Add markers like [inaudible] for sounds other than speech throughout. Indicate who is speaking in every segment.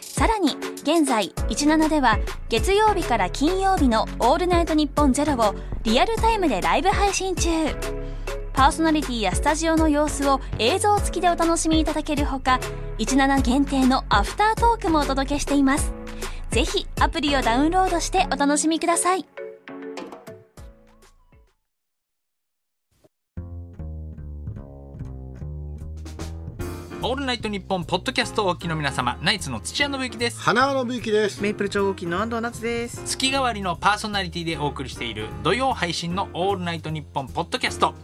Speaker 1: さらに現在17では月曜日から金曜日の「オールナイトニッポンゼロをリアルタイムでライブ配信中パーソナリティやスタジオの様子を映像付きでお楽しみいただけるほか17限定のアフタートークもお届けしていますぜひアプリをダウンロードしてお楽しみください
Speaker 2: オールナイトニッポンポッドキャストをお聞きの皆様ナイツの土屋信之です
Speaker 3: 花輪信之です。
Speaker 4: メイプル超合金の安藤夏です。
Speaker 2: 月替わりのパーソナリティでお送りしている土曜配信の「オールナイトニッポン」ポッドキャスト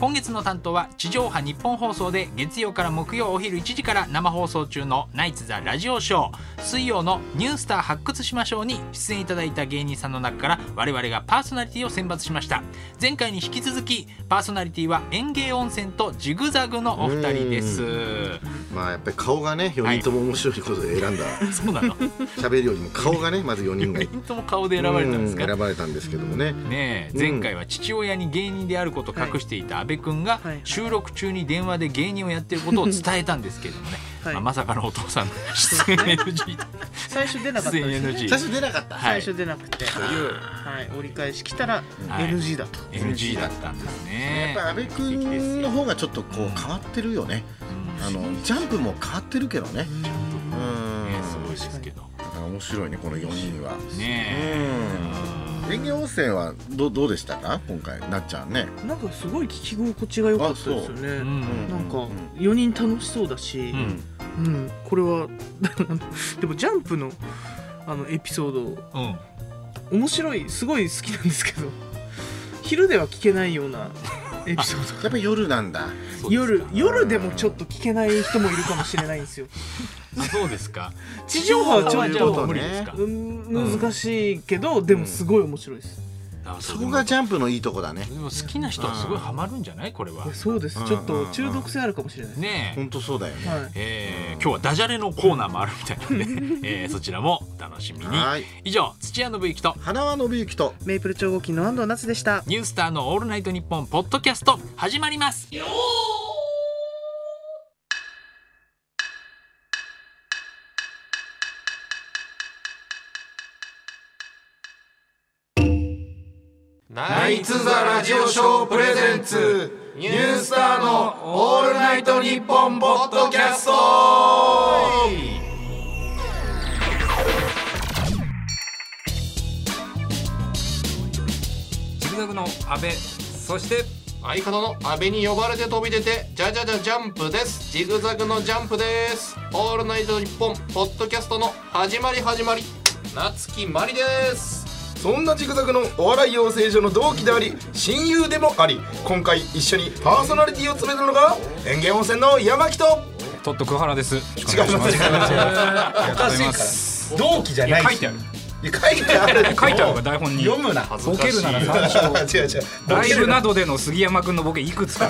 Speaker 2: 今月の担当は地上波日本放送で月曜から木曜お昼1時から生放送中の「ナイツ・ザ・ラジオショー」水曜の「ニュースター発掘しましょう」に出演いただいた芸人さんの中から我々がパーソナリティを選抜しました前回に引き続きパーソナリティは園芸温泉とジグザグのお二人です
Speaker 3: まあやっぱり顔がね4人とも面白いことで選
Speaker 2: [laughs]
Speaker 3: んだ
Speaker 2: そうなの
Speaker 3: 喋、るよりも顔がねまず4人が
Speaker 2: 4人とも顔で選ばれたんですか
Speaker 3: う選ばれたんですけどもね。
Speaker 2: ねえ
Speaker 3: うん
Speaker 2: 前回は父親に芸人であることを隠していた阿部君が
Speaker 4: はい
Speaker 2: 収録中に電話で芸人をやってることを伝えたんですけれどもね、
Speaker 4: はい
Speaker 2: まあ、まさかのお父
Speaker 4: [laughs]
Speaker 2: さんの出演 NG
Speaker 4: 最初出なかった
Speaker 2: 出 [laughs] 演
Speaker 4: んですよ、 [laughs] ね。
Speaker 2: NG
Speaker 3: 最初出なかった。
Speaker 2: は
Speaker 4: 最
Speaker 2: い
Speaker 4: 初出なくて、はい、折り返し来たら
Speaker 2: はい
Speaker 4: NG だと。
Speaker 2: NG だったんです
Speaker 3: やっ
Speaker 2: ね
Speaker 3: ぱ安倍君の方がちょっとこう変わってるよね。あのジャンプも変わってるけどね。うん。
Speaker 2: ねすごいですけど
Speaker 3: だから面白いねこの4人は。
Speaker 2: ね
Speaker 3: うん。園芸温泉はどうどうでしたか今回なっちゃんね。
Speaker 4: なんかすごい聞き心地が良かったですよね。
Speaker 2: え、う
Speaker 4: なん
Speaker 2: ん
Speaker 4: か
Speaker 3: うん
Speaker 4: 4人楽しそうだし、
Speaker 2: う
Speaker 4: うんん、これは [laughs] でもジャンプのあのエピソード
Speaker 2: うん、
Speaker 4: 面白いすごい好きなんですけど、昼では聞けないようなエピソード。
Speaker 3: やっぱり夜なんだ。
Speaker 2: そうですか
Speaker 4: 夜夜でもちょっと聞けない人もいるかもしれないんですよ。
Speaker 2: あそうですか
Speaker 4: [laughs] 地上波はちょっ
Speaker 3: 地
Speaker 2: 地上
Speaker 3: 上
Speaker 2: 波
Speaker 3: 波は
Speaker 2: は
Speaker 4: と
Speaker 2: 無理ですか、
Speaker 4: うん難しいけど、でもすごい面白いです。
Speaker 2: あ
Speaker 3: そうこがジャンプのいいとこだね
Speaker 2: で。も好きな人はすごいハマるんじゃないこれはい
Speaker 4: やそうです、
Speaker 3: うん
Speaker 4: ちょっと中毒性あるかもしれないです、
Speaker 2: ねえ
Speaker 3: 本当そうだよね。
Speaker 4: はい、
Speaker 2: えー今日はダジャレのコーナーもあるみたいなので、えーそちらもお楽しみに
Speaker 3: はい
Speaker 2: 以上土屋信之と
Speaker 3: 花輪信之と
Speaker 4: メイプル超合金の安藤夏でした
Speaker 2: ニュースターのオールナイトニッポンポッドキャスト始まります
Speaker 5: ナイツ・ザ・ラジオショープレゼンツニュースターのオールナイトニッポンポッドキャスト
Speaker 6: ジグザグの阿部そして
Speaker 5: 相方の阿部に呼ばれて飛び出てジャジャジャジャンプですジグザグのジャンプですオールナイトニッポンポッドキャストの始まり始まり夏木マリです
Speaker 7: そんなジグザグのお笑い養成所の同期であり親友でもあり今回一緒にパーソナリティを詰めたのが園芸温泉の山木と
Speaker 6: トット桑原です。違い
Speaker 7: 違いますおかしいから同期じゃない
Speaker 6: 書いてある。
Speaker 7: いや書いてある
Speaker 6: 書いてあるが台本に。
Speaker 7: 読むな
Speaker 6: ボケるなら三章。
Speaker 7: 違 [laughs] う違う
Speaker 6: ライブなどでの杉山くんのボケいく
Speaker 7: [laughs]
Speaker 6: つか。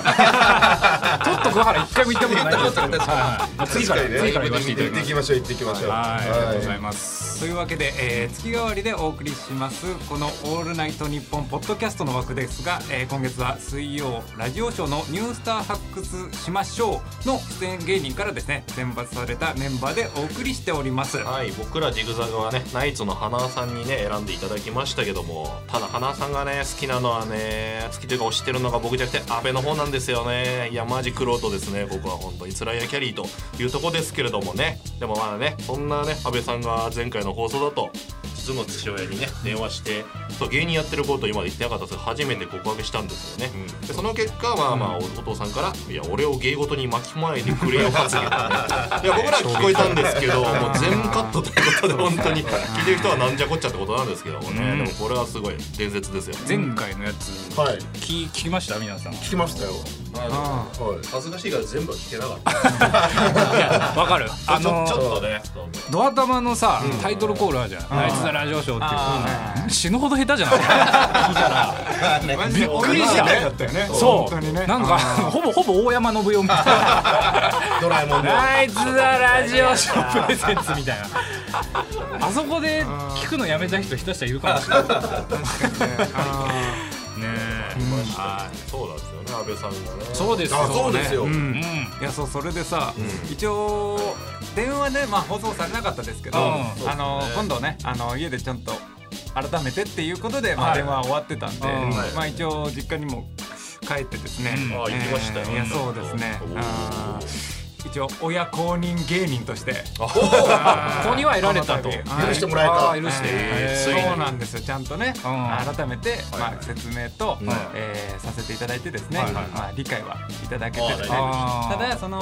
Speaker 6: トット桑原一回も言ったことないですけど。はい次から次から言わせていただき
Speaker 7: 行って
Speaker 6: ます。
Speaker 7: きましょう行ってきましょう
Speaker 6: はい、ありがとうござい
Speaker 7: は
Speaker 6: ます。というわけで、えー月替わりでお送りしますこの「オールナイトニッポン」ポッドキャストの枠ですが、えー今月は水曜ラジオショーの「ニュースター発掘しましょう」の出演芸人からですね選抜されたメンバーでお送りしております。
Speaker 5: はい僕らジグザグはねナイツの花輪さんにね選んでいただきましたけどもただ花輪さんがね好きなのはね好きというか推してるのが僕じゃなくて阿部の方なんですよねいやマジクロートですねここは本当につらいやキャリーというとこですけれどもねでもまだねそんなね阿部さんが前回の放送だと実の父親にね電話してそう芸人やってることを今まで言ってなかったんですけど初めて告白したんですよね、でその結果まあまあおお父さんから「いや俺を芸事に巻き込まないでくれよ」発言がねいや僕らは聞こえたんですけどもう全カットということで本当に聞いてる人はなんじゃこっちゃってことなんですけどもね、でもこれはすごい伝説ですよ
Speaker 6: 前回のやつ、
Speaker 7: いはい
Speaker 6: 聞聞きました皆さん
Speaker 7: 聞きましたよ
Speaker 6: あ
Speaker 5: 恥ずかしいから全部は聞けなかった
Speaker 6: あいやわかるあ
Speaker 5: ちょ
Speaker 6: の
Speaker 5: ちょっとね
Speaker 6: ドア玉のさタイトルコールあるじゃん「ナイツ・ザ・ラジオショー」っていう死ぬほど下手じゃない
Speaker 7: マ
Speaker 6: びっくりした
Speaker 7: だったよね
Speaker 6: そ
Speaker 7: 本当にね
Speaker 6: うなんかほぼほぼ大山信代みたいな
Speaker 5: ドラえもんで
Speaker 6: ナイツ・ザ・ラジオショープレゼンツみたいなあそこで聞くのやめた人ひたしたらいるかもしれないねえ
Speaker 5: そうなんですよね安倍さんがね
Speaker 6: そうです
Speaker 7: あそうですよ
Speaker 6: ねうんいやそうそれでさ、一応電話でまあ放送されなかったですけど、あの今度ねあの家でちゃんと改めてっていうことで、まあ、電話は終わってたんで、まあ一応実家にも帰ってですね、
Speaker 5: あ行きましたよ
Speaker 6: えーいやそうですね
Speaker 5: おー
Speaker 6: あー一応親公認芸人として
Speaker 5: あ
Speaker 6: ここには得られたと
Speaker 7: 許してもらえた
Speaker 6: 許して、
Speaker 5: えー
Speaker 6: えー
Speaker 5: ついに
Speaker 6: そうなんですよちゃんとね、改めて、まあ、説明と、えーさせていただいてですね、まあ、理解はいただけてですねあーただその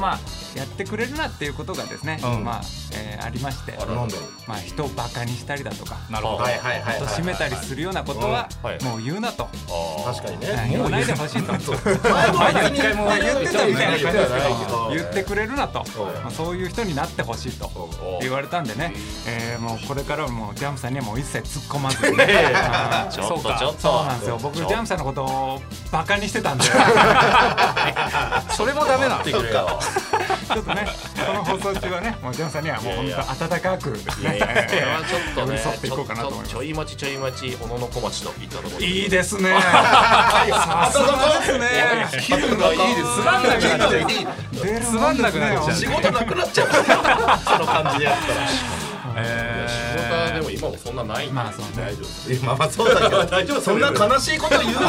Speaker 6: まあやってくれるなっていうことがですね、まあえーありまして
Speaker 7: なんだろう
Speaker 6: まあ、人をバカにしたりだとか
Speaker 5: なるほど
Speaker 7: はいはいはい
Speaker 6: 貶めたりするようなことは
Speaker 5: うんはい
Speaker 6: もう言うなと、
Speaker 7: 確かに
Speaker 6: はい
Speaker 7: ね
Speaker 6: 言わないでほしいと。
Speaker 7: 前
Speaker 6: 前に一回も言ってたみたいな感じですけど
Speaker 7: 言
Speaker 6: 言ってくれるなと
Speaker 5: う
Speaker 6: まあそういう人になってほしいと言われたんでね、えーもうこれからはもうジャンプさんにはもう一切突っ込ま
Speaker 5: [laughs]
Speaker 6: ずにあー
Speaker 5: ちょっと
Speaker 6: そうか
Speaker 5: ちょっと
Speaker 6: そうなんですよ僕
Speaker 5: ち
Speaker 6: ジ
Speaker 5: ょ
Speaker 6: ャンプさんのことをバカにしてたんでそれもダメなんです
Speaker 5: 言ってくれよ
Speaker 6: [laughs] ちょっとねこの放送中はねもうジャンプさんにはもう本当温かくです
Speaker 7: [laughs]
Speaker 5: いやい
Speaker 6: ね [laughs]
Speaker 5: やこれはちょっと
Speaker 6: 寄
Speaker 5: ね
Speaker 6: り添っていこうかなと思います
Speaker 5: ちょちょい待ちちょい待ち小野の小町 [laughs] といったところ
Speaker 6: いいですねさすが
Speaker 5: [laughs]
Speaker 6: ですね
Speaker 5: 気分がいいです
Speaker 6: [laughs] つまんなくなっちゃうつまんなくなっちゃう
Speaker 5: 仕事なくなっちゃうその感じでやったら
Speaker 6: えー
Speaker 5: 仕事はでも今もそんなないんで
Speaker 6: まあそうね
Speaker 5: 大丈夫です
Speaker 7: まあまあそうだけど
Speaker 5: 大丈夫
Speaker 7: そんな悲しいこと言うなよオ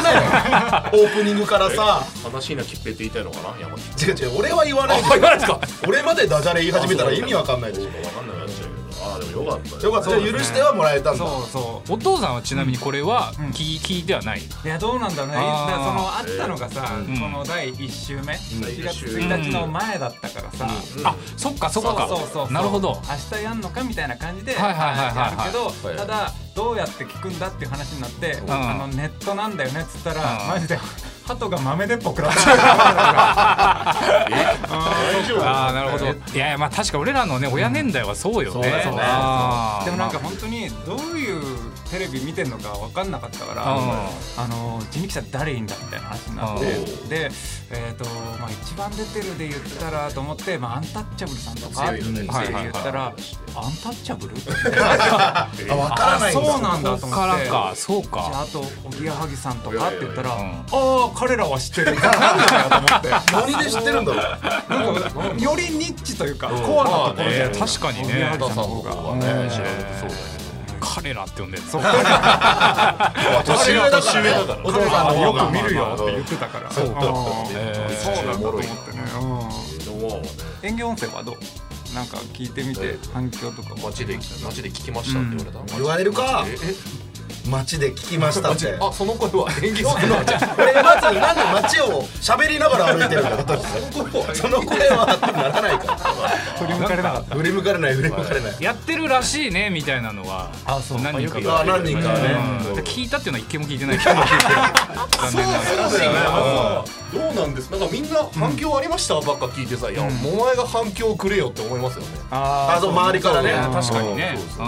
Speaker 7: ープニングからさ
Speaker 5: 悲しいなきっぺって言いたいのかな山木
Speaker 7: 違う違う俺は言わないでしょ
Speaker 5: ですか
Speaker 7: 俺までダジャレ言い始めたら意味わかんないでし
Speaker 5: 分かんなくなっちゃうけどああでもよかった
Speaker 7: ょよかったじゃあ許してはもらえたんだ
Speaker 6: そうそう
Speaker 8: お父さんはちなみにこれは聞,、聞いてはない
Speaker 6: いやどうなんだろうねだ
Speaker 8: あー
Speaker 6: からそのあったのがさ、この第1週目、1月1日の前だったからさ、
Speaker 8: あそっかそっか
Speaker 6: そうそうそう
Speaker 8: なるほど
Speaker 6: 明日やんのかみたいな感じで
Speaker 8: はいはいはいはい
Speaker 6: 話やるけどただどうやって聞くんだっていう話になって、あのネットなんだよねっつったら、マジで鳩が豆鉄砲食ら
Speaker 8: [laughs]
Speaker 6: った
Speaker 8: ああなるほどいやいやまあ確か俺らのね親年代はそうよね、そう
Speaker 7: だよね
Speaker 8: あー
Speaker 6: でもなんか本当にどういうテレビ見てんのか分かんなかったから、
Speaker 8: うん
Speaker 6: あの人力車誰いんだみたいな話になって
Speaker 5: う
Speaker 6: で、えーとまあ、一番出てるで言ったらと思って、まあ、アンタッチャブルさんとかって言ったら、アンタッチャブル
Speaker 7: あわからないん
Speaker 6: [laughs] そう
Speaker 7: だ
Speaker 6: なんだと思っ
Speaker 8: まあ
Speaker 6: て。
Speaker 8: からかそうか
Speaker 6: あとおぎやはぎさんとかって言ったら
Speaker 8: いやいやいや
Speaker 6: ああ彼らは知ってるなんでだよと思って
Speaker 7: 何で知ってるんだろう
Speaker 6: なんかよりニッチというかコアなところ
Speaker 8: え
Speaker 6: で
Speaker 8: ー確かに
Speaker 6: おぎやはぎ
Speaker 8: ね
Speaker 6: さんの方が
Speaker 5: はね知られてそうだ
Speaker 8: 彼らって呼んでるの
Speaker 7: 年上だからねお父さんの
Speaker 6: よ
Speaker 7: 方が
Speaker 6: く見るよって言ってたからそうなんだと思ってね
Speaker 5: けどもうね
Speaker 6: 演技音声はどうなんか聞いてみて反響とかは
Speaker 5: 街で街で聞きましたって言われたの
Speaker 7: 言われるか
Speaker 5: え
Speaker 7: 街で聞きましたって
Speaker 5: あその声は [laughs] 演技音声なんじゃん
Speaker 7: 俺まずなんで街を喋りながら歩いてるんだろうその声はってならないか
Speaker 6: 振り向かれなかった
Speaker 7: ら振り向かれない振り向かれない
Speaker 8: やってるらしいねみたいなのはあそう何人か
Speaker 7: あ何人かはね
Speaker 8: うん聞いたっていうのは一件も聞いてない
Speaker 5: [laughs]
Speaker 8: けど残念ながら
Speaker 5: どうなんですなんかみんな反響ありましたばっか聞いてさいやお前が反響くれよって思いますよね
Speaker 7: あそう周りからね
Speaker 8: 確かにねうん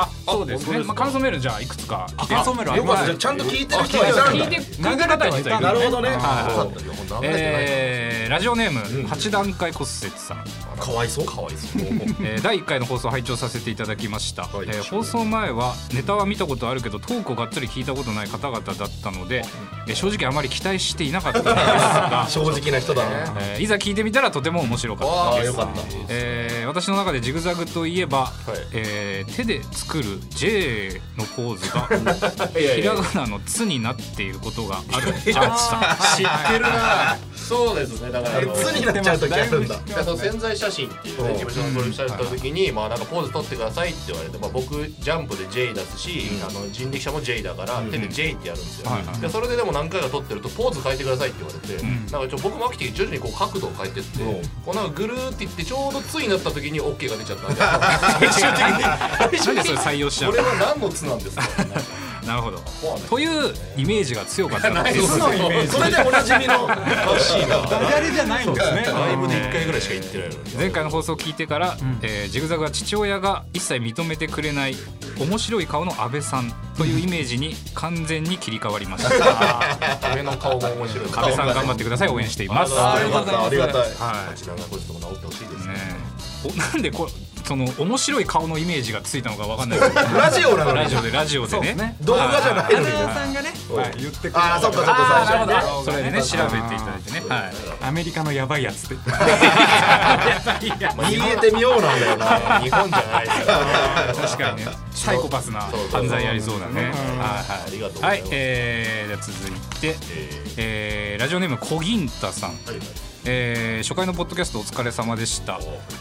Speaker 8: あそうですねまあ感想メールじゃあいくつか来て
Speaker 6: 感想メールあり
Speaker 7: よか
Speaker 6: ま
Speaker 7: っ
Speaker 6: す
Speaker 7: たじゃあちゃんと聞いてる人はいたん
Speaker 8: 聞
Speaker 7: だ
Speaker 8: いてくれた方は実はいる
Speaker 7: なるほどね
Speaker 5: よ
Speaker 7: は
Speaker 5: かったよもう流れてない
Speaker 8: えーラジオネーム8段階骨折さん
Speaker 7: いかわいそうかわいそう
Speaker 8: え [laughs] ー第1回の放送を拝聴させていただきました、えー放送前はネタは見たことあるけどトークをがっつり聞いたことない方々だったので、えー正直あまり期待していなかったのです [laughs] が、
Speaker 7: 正直な人だな
Speaker 8: えーいざ聞いてみたらとても面白かった
Speaker 7: [laughs] ああ
Speaker 8: です
Speaker 7: よかった
Speaker 8: えー私の中でジグザグといえば、
Speaker 5: い
Speaker 8: えー手で作る J のポーズが
Speaker 5: [laughs] いや
Speaker 8: ひ
Speaker 5: い
Speaker 8: ら
Speaker 5: や
Speaker 8: がなの「つ」になっていることがあるジャンプさん
Speaker 5: 知ってる
Speaker 8: [laughs]
Speaker 5: なそうですねだからあの
Speaker 7: つになっちゃう時あるんだ
Speaker 5: でその宣材写真っていうね事務所のプロデューサーやった時に、まあなんかポーズ撮ってくださいって言われて、まあ、僕ジャンプで J だし、あの人力車も J だから、手で J ってやるんですよ、でそれででも何回か撮ってるとポーズ変えてくださいって言われて、なんかちょ僕も飽きてきて徐々にこう角度を変えてって、こうなんかぐるーっていってちょうどつになった時に OK が出ちゃったんで最終的に
Speaker 8: なんでそれ採用しちゃう
Speaker 5: [laughs] これは何のつなんですか
Speaker 8: なるほどというイメージが強かったので
Speaker 5: [laughs] そ
Speaker 8: す
Speaker 5: のイメージそれでおなじみのらしいな
Speaker 6: ダジャレじゃないんですね
Speaker 5: ライブで1回ぐらいしか行ってないのに
Speaker 8: 前回の放送を聞いてから、えージグザグは父親が一切認めてくれない面白い顔の安倍さんというイメージに完全に切り替わりました
Speaker 5: [laughs] 上の顔が面白い
Speaker 8: 安倍さん頑張ってください応援しています
Speaker 5: あ
Speaker 7: よ
Speaker 5: り
Speaker 7: か
Speaker 5: が
Speaker 7: っ
Speaker 5: とう
Speaker 7: たあ
Speaker 5: ござ
Speaker 7: り
Speaker 5: い
Speaker 7: が
Speaker 5: ます
Speaker 7: たい
Speaker 8: は
Speaker 5: こちらがこいつとも治ってほしいです
Speaker 8: い、
Speaker 5: ね
Speaker 8: ねえおなんでこその面白い顔のイメージがついたのかわかんないですけど
Speaker 7: ラジオなのに
Speaker 8: ラジオでラジオでね
Speaker 7: 動画じゃないのに
Speaker 6: 花さんがね、はい、言ってくれた
Speaker 7: ああそっかそっか最初にね
Speaker 8: それでね調べていただいてねはい
Speaker 6: アメリカのやばいやつって
Speaker 7: 言えてみようなんだよな
Speaker 5: 日本じゃないですから
Speaker 8: 確かにねサイコパスな犯罪やりそうだねは
Speaker 5: ありがとうご
Speaker 8: い
Speaker 5: ざ
Speaker 8: はいい
Speaker 5: ます
Speaker 8: えーでは続いてえーラジオネーム小銀太さんえー初回のポッドキャストお疲れ様でした、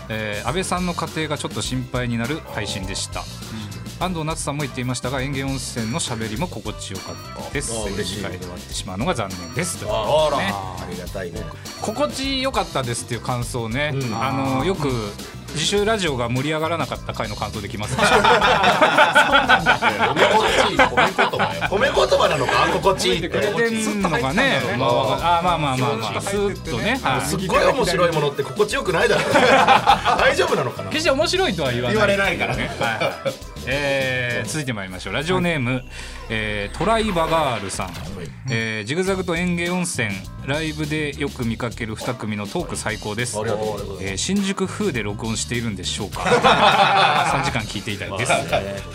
Speaker 8: えー安倍さんの家庭がちょっと心配になる配信でした安藤夏さんも言っていましたが園芸温泉のしゃべりも心地よかったです
Speaker 7: あー嬉しい
Speaker 8: 次回で終わってしまうのが残念ですと
Speaker 5: あら
Speaker 7: ありがたいね
Speaker 8: 心地よかったですっていう感想ね、あのよく自習ラジオが盛り上がらなかった回の感想でき
Speaker 7: [laughs]
Speaker 8: ますね
Speaker 5: 心地いいコメントとかよ
Speaker 7: 褒め言葉なのか心地いいって
Speaker 8: 出てんのがねまあわかあまあまあまあまあスーッとねはい
Speaker 7: すっごい面白いものって心地よくないだろう大丈夫なのかな
Speaker 8: 決して面白いとは言わない
Speaker 7: 言われないから
Speaker 8: ね、はいはいえー続いてまいりましょうラジオネーム、えートライバガールさん、えージグザグと園芸温泉ライブでよく見かける2組のトーク最高です、えー新宿風で録音しているんでしょうか3時間聞いていたいで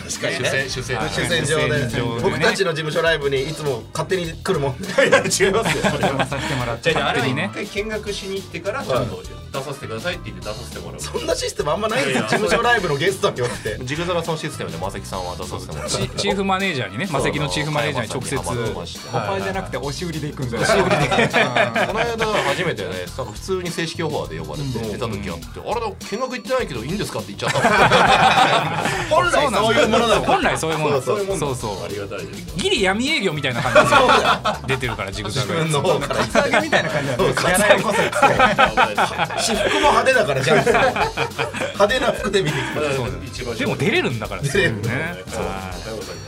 Speaker 8: す、
Speaker 7: 確かに
Speaker 5: 主
Speaker 7: ね
Speaker 5: 戦主戦
Speaker 8: 主
Speaker 7: 主戦場で
Speaker 8: 戦場でね
Speaker 7: 僕たちの事務所ライブにいつも勝手に来るもんね [laughs]
Speaker 5: 違いますよそれは
Speaker 8: させてもらっ
Speaker 5: じ
Speaker 8: て
Speaker 5: ゃああれは
Speaker 8: 勝手に
Speaker 5: 一
Speaker 8: ね
Speaker 5: 回見学しに行ってからちゃんと出させてくださいって言って出させてもらう
Speaker 7: そんなシステムあんまないです
Speaker 5: い
Speaker 7: よ
Speaker 5: やいや
Speaker 7: 事務所ライブのゲストによって
Speaker 5: ジグザグさんのシステムでマセキさんは出させてもらう
Speaker 8: チチーフマネージャーにねマセキのチーフマネージャーに直接
Speaker 5: 加山さんに浜田さんに
Speaker 6: パイじゃなくて押し売りで行くんだよ
Speaker 5: この間初 [laughs] めてねなんか普通に正式オファーで呼ばれて出た時あって、あれだ見学行ってないけどいいんですかって言っちゃ
Speaker 8: [laughs]
Speaker 5: った
Speaker 7: 本来そういうものだもん
Speaker 8: 本来そういうもの
Speaker 7: そうそう
Speaker 8: そうそう
Speaker 5: りがたいです
Speaker 8: ギリ闇営業みたいな感じで出てるからジグザ
Speaker 7: 自
Speaker 8: グ
Speaker 7: 分の方から
Speaker 6: カツアゲみたいな感じなんだよやらないこそ
Speaker 7: 私服も派手だからじゃん派手な服で見てきた
Speaker 5: 一番
Speaker 8: でも出れるんだから
Speaker 7: 出れる
Speaker 8: ねはい
Speaker 6: あ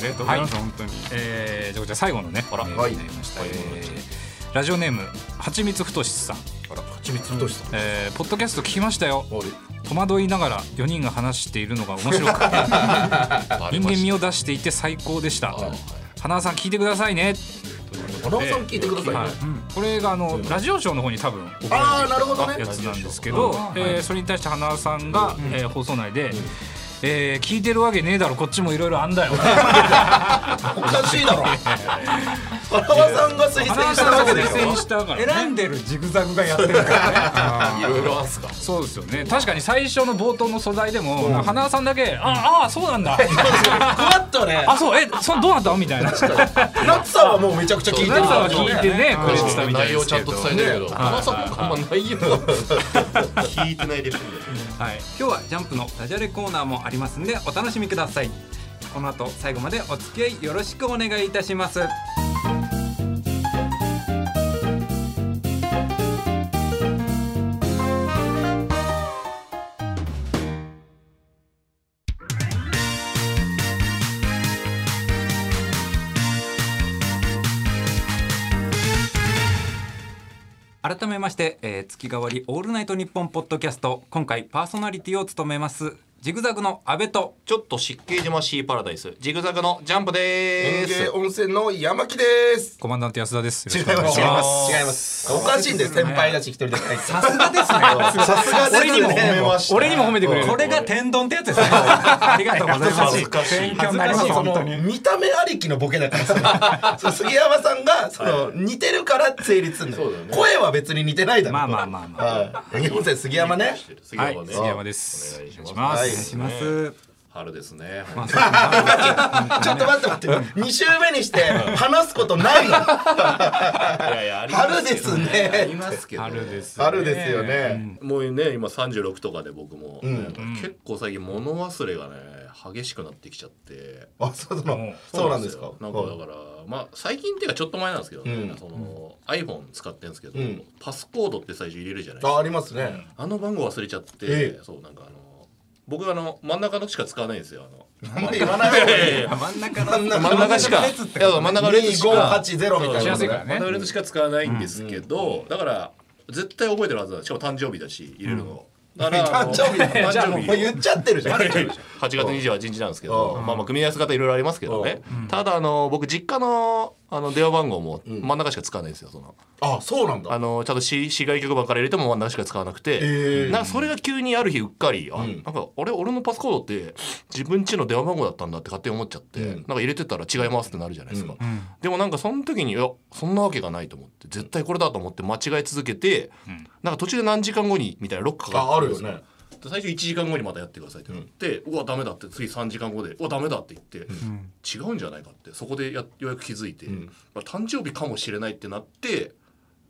Speaker 6: りがとうございます、本当に
Speaker 8: えー、じゃあこちら最後のねメールになりました、
Speaker 5: はい
Speaker 8: えーラジオネームはちみつふとしさん、
Speaker 7: 太しさん
Speaker 8: えーポッドキャスト聞きましたよ戸惑いながら4人が話しているのが面白く [laughs] 人間味を出していて最高でした花輪さん聞いてくださいね
Speaker 7: 花尾さん聞いてください
Speaker 8: はい
Speaker 7: ね
Speaker 8: これがあのラジオショーの方に多分送られて
Speaker 7: ああなるほどね
Speaker 8: やつなんですけど、えーそれに対して花輪さんが、えー放送内で、えー聞いてるわけねえだろこっちもいろいろあん [laughs] だよ」
Speaker 7: おかしいだろ花輪さんが推
Speaker 8: 花
Speaker 7: 薦
Speaker 8: 輪
Speaker 7: し
Speaker 8: さ
Speaker 7: た
Speaker 8: んが
Speaker 7: わけでし
Speaker 8: 推
Speaker 7: ょ
Speaker 8: 薦したから、ね、
Speaker 6: 選んでるジグザグがやってるからねあ
Speaker 5: いろいろあんすか
Speaker 8: そうですよね確かに最初の冒頭の素材でも、花輪さんだけ「ああそうなん
Speaker 7: [laughs]
Speaker 8: だ」
Speaker 7: ふわっとね
Speaker 8: あそうえそどうなったの?」みたいな夏
Speaker 7: 夏さんはもうめちゃくちゃ聞いてる
Speaker 8: さん
Speaker 7: から
Speaker 8: は聞いてねくれてたみたい
Speaker 5: 内
Speaker 8: で
Speaker 5: 容
Speaker 8: す
Speaker 5: ちゃ
Speaker 8: け
Speaker 5: んと
Speaker 8: ど、
Speaker 5: 伝えてるけど花さんもあんま内容聞いてないです
Speaker 8: はい、
Speaker 6: 今日はジャンプのダジャレコーナーもありますんでお楽しみくださいこの後最後までお付き合いよろしくお願いいたします改めまして、えー月替わりオールナイトニッポンポッドキャスト今回パーソナリティを務めますジグザグの阿部と
Speaker 5: ちょっと湿気島シーパラダイスジグザグのジャンプで
Speaker 7: 園
Speaker 5: ー
Speaker 7: 芸
Speaker 5: す
Speaker 7: 温泉の山木です
Speaker 8: コマンダント安田です
Speaker 7: 違い
Speaker 8: よろしくお願
Speaker 7: ま
Speaker 8: いし
Speaker 7: す
Speaker 8: ま
Speaker 7: 違います違いますおかしいんです先輩だし一人で入ってさ
Speaker 6: すがですね
Speaker 7: すがです
Speaker 8: 俺に
Speaker 7: ね
Speaker 8: も褒め
Speaker 7: ま
Speaker 8: した俺にも褒めてくれる
Speaker 6: これが天丼ってやつですねありがとうございます
Speaker 5: 恥ずかしい
Speaker 6: 勉強になります
Speaker 7: そ
Speaker 6: 本当
Speaker 7: の
Speaker 6: に
Speaker 7: 見た目ありきのボケだからさそう杉山さんがその似てるから成立するんだよ声は別に似てないだろ
Speaker 8: まあまあまあまあ
Speaker 7: はい園芸温泉杉山ね
Speaker 5: 杉
Speaker 8: はい
Speaker 5: ね
Speaker 8: 杉山です
Speaker 5: お願いしま
Speaker 8: お
Speaker 5: す
Speaker 8: 願い
Speaker 7: は
Speaker 8: し
Speaker 6: します
Speaker 5: 春ですね
Speaker 7: ちょっと待って待って2週目にして話すことないの春ですね
Speaker 5: ありますけど
Speaker 8: 春ですね
Speaker 7: 春ですよね
Speaker 5: もうね今36とかで僕も、
Speaker 7: うん
Speaker 5: なんか結構最近物忘れがね激しくなってきちゃって
Speaker 7: あそうなのそうなんですか
Speaker 5: なんかだから、まあ最近っていうかちょっと前なんですけどね、
Speaker 7: うん
Speaker 5: その iPhone 使ってるんですけど、
Speaker 7: うん
Speaker 5: パスコードって最初入れるじゃないです
Speaker 7: あ
Speaker 5: か
Speaker 7: ありますね
Speaker 5: あの番号忘れちゃって、
Speaker 7: ええ
Speaker 5: そうなんかあの僕あの真ん中のしか使わないんですよあの
Speaker 7: あんまり言わない方がいいよ
Speaker 6: 真ん中の
Speaker 7: 真ん中
Speaker 6: 真ん中しか
Speaker 5: いや真ん中列しか
Speaker 7: 2580みたい
Speaker 8: し
Speaker 7: な
Speaker 8: やすい
Speaker 7: ね
Speaker 8: から
Speaker 5: 真ん
Speaker 8: ね
Speaker 5: 中列しか使わないんですけどだから絶対覚えてるはずだしかも誕生日だし入れるのだから
Speaker 7: [laughs] 誕生日だよじゃあも
Speaker 5: [laughs] 誕
Speaker 7: う
Speaker 5: 生日
Speaker 7: 言っちゃってるじゃん
Speaker 5: 8月28日なん [laughs] ですけ
Speaker 7: うん
Speaker 5: ど、まあまあ組み合わせ方いろいろありますけどね、ただあの僕実家のあの電話番号も真ん中しか使わないんですよその
Speaker 7: あそうなんだ
Speaker 5: あのちゃんと市市外局番から入れても真ん中しか使わなくて、
Speaker 7: えー
Speaker 5: なんかそれが急にある日うっかり、あ
Speaker 7: ん
Speaker 5: なんかあれ俺のパスコードって自分家の電話番号だったんだって勝手に思っちゃって、
Speaker 7: うん
Speaker 5: なんか入れてたら違いますってなるじゃないですか、でもなんかその時にいやそんなわけがないと思って絶対これだと思って間違え続けて、なんか途中で何時間後にみたいなロックかか
Speaker 7: ああ
Speaker 5: っ
Speaker 7: る
Speaker 5: て
Speaker 7: よね
Speaker 5: 最初1時間後にまたやってくださいってなって、うわダメだって次3時間後でうわダメだって言って、違うんじゃないかってそこでやようやく気づいて、
Speaker 7: ん
Speaker 5: まあ誕生日かもしれないってなって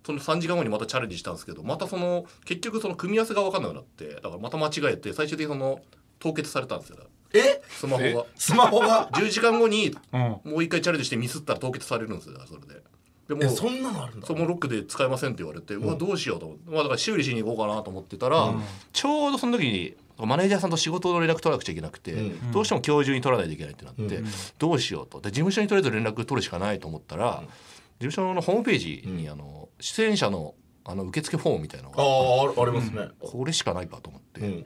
Speaker 5: その3時間後にまたチャレンジしたんですけどまたその結局その組み合わせが分かんなくなってだからまた間違えて最終的にその凍結されたんですよ
Speaker 7: え
Speaker 5: スマホが
Speaker 7: スマホが
Speaker 5: 10時間後に
Speaker 8: うん
Speaker 5: もう一回チャレンジしてミスったら凍結されるんですよだからそれでで
Speaker 7: え
Speaker 5: も
Speaker 7: そんなのあるんだ
Speaker 5: そのロックで使えませんって言われて、うわどうしようと思って、まあ、だから修理しに行こうかなと思ってたら、ちょうどその時にマネージャーさんと仕事の連絡取らなくちゃいけなくて、
Speaker 7: う
Speaker 5: どうしても今日中に取らないといけないってなって、どうしようとで事務所にとりあえず連絡取るしかないと思ったら、事務所のホームページにあの出演者のあの受付フォームみたいなの
Speaker 7: あ
Speaker 5: が
Speaker 7: ああるありますね
Speaker 5: これしかないかと思って、
Speaker 7: う
Speaker 5: だ
Speaker 7: ん
Speaker 5: か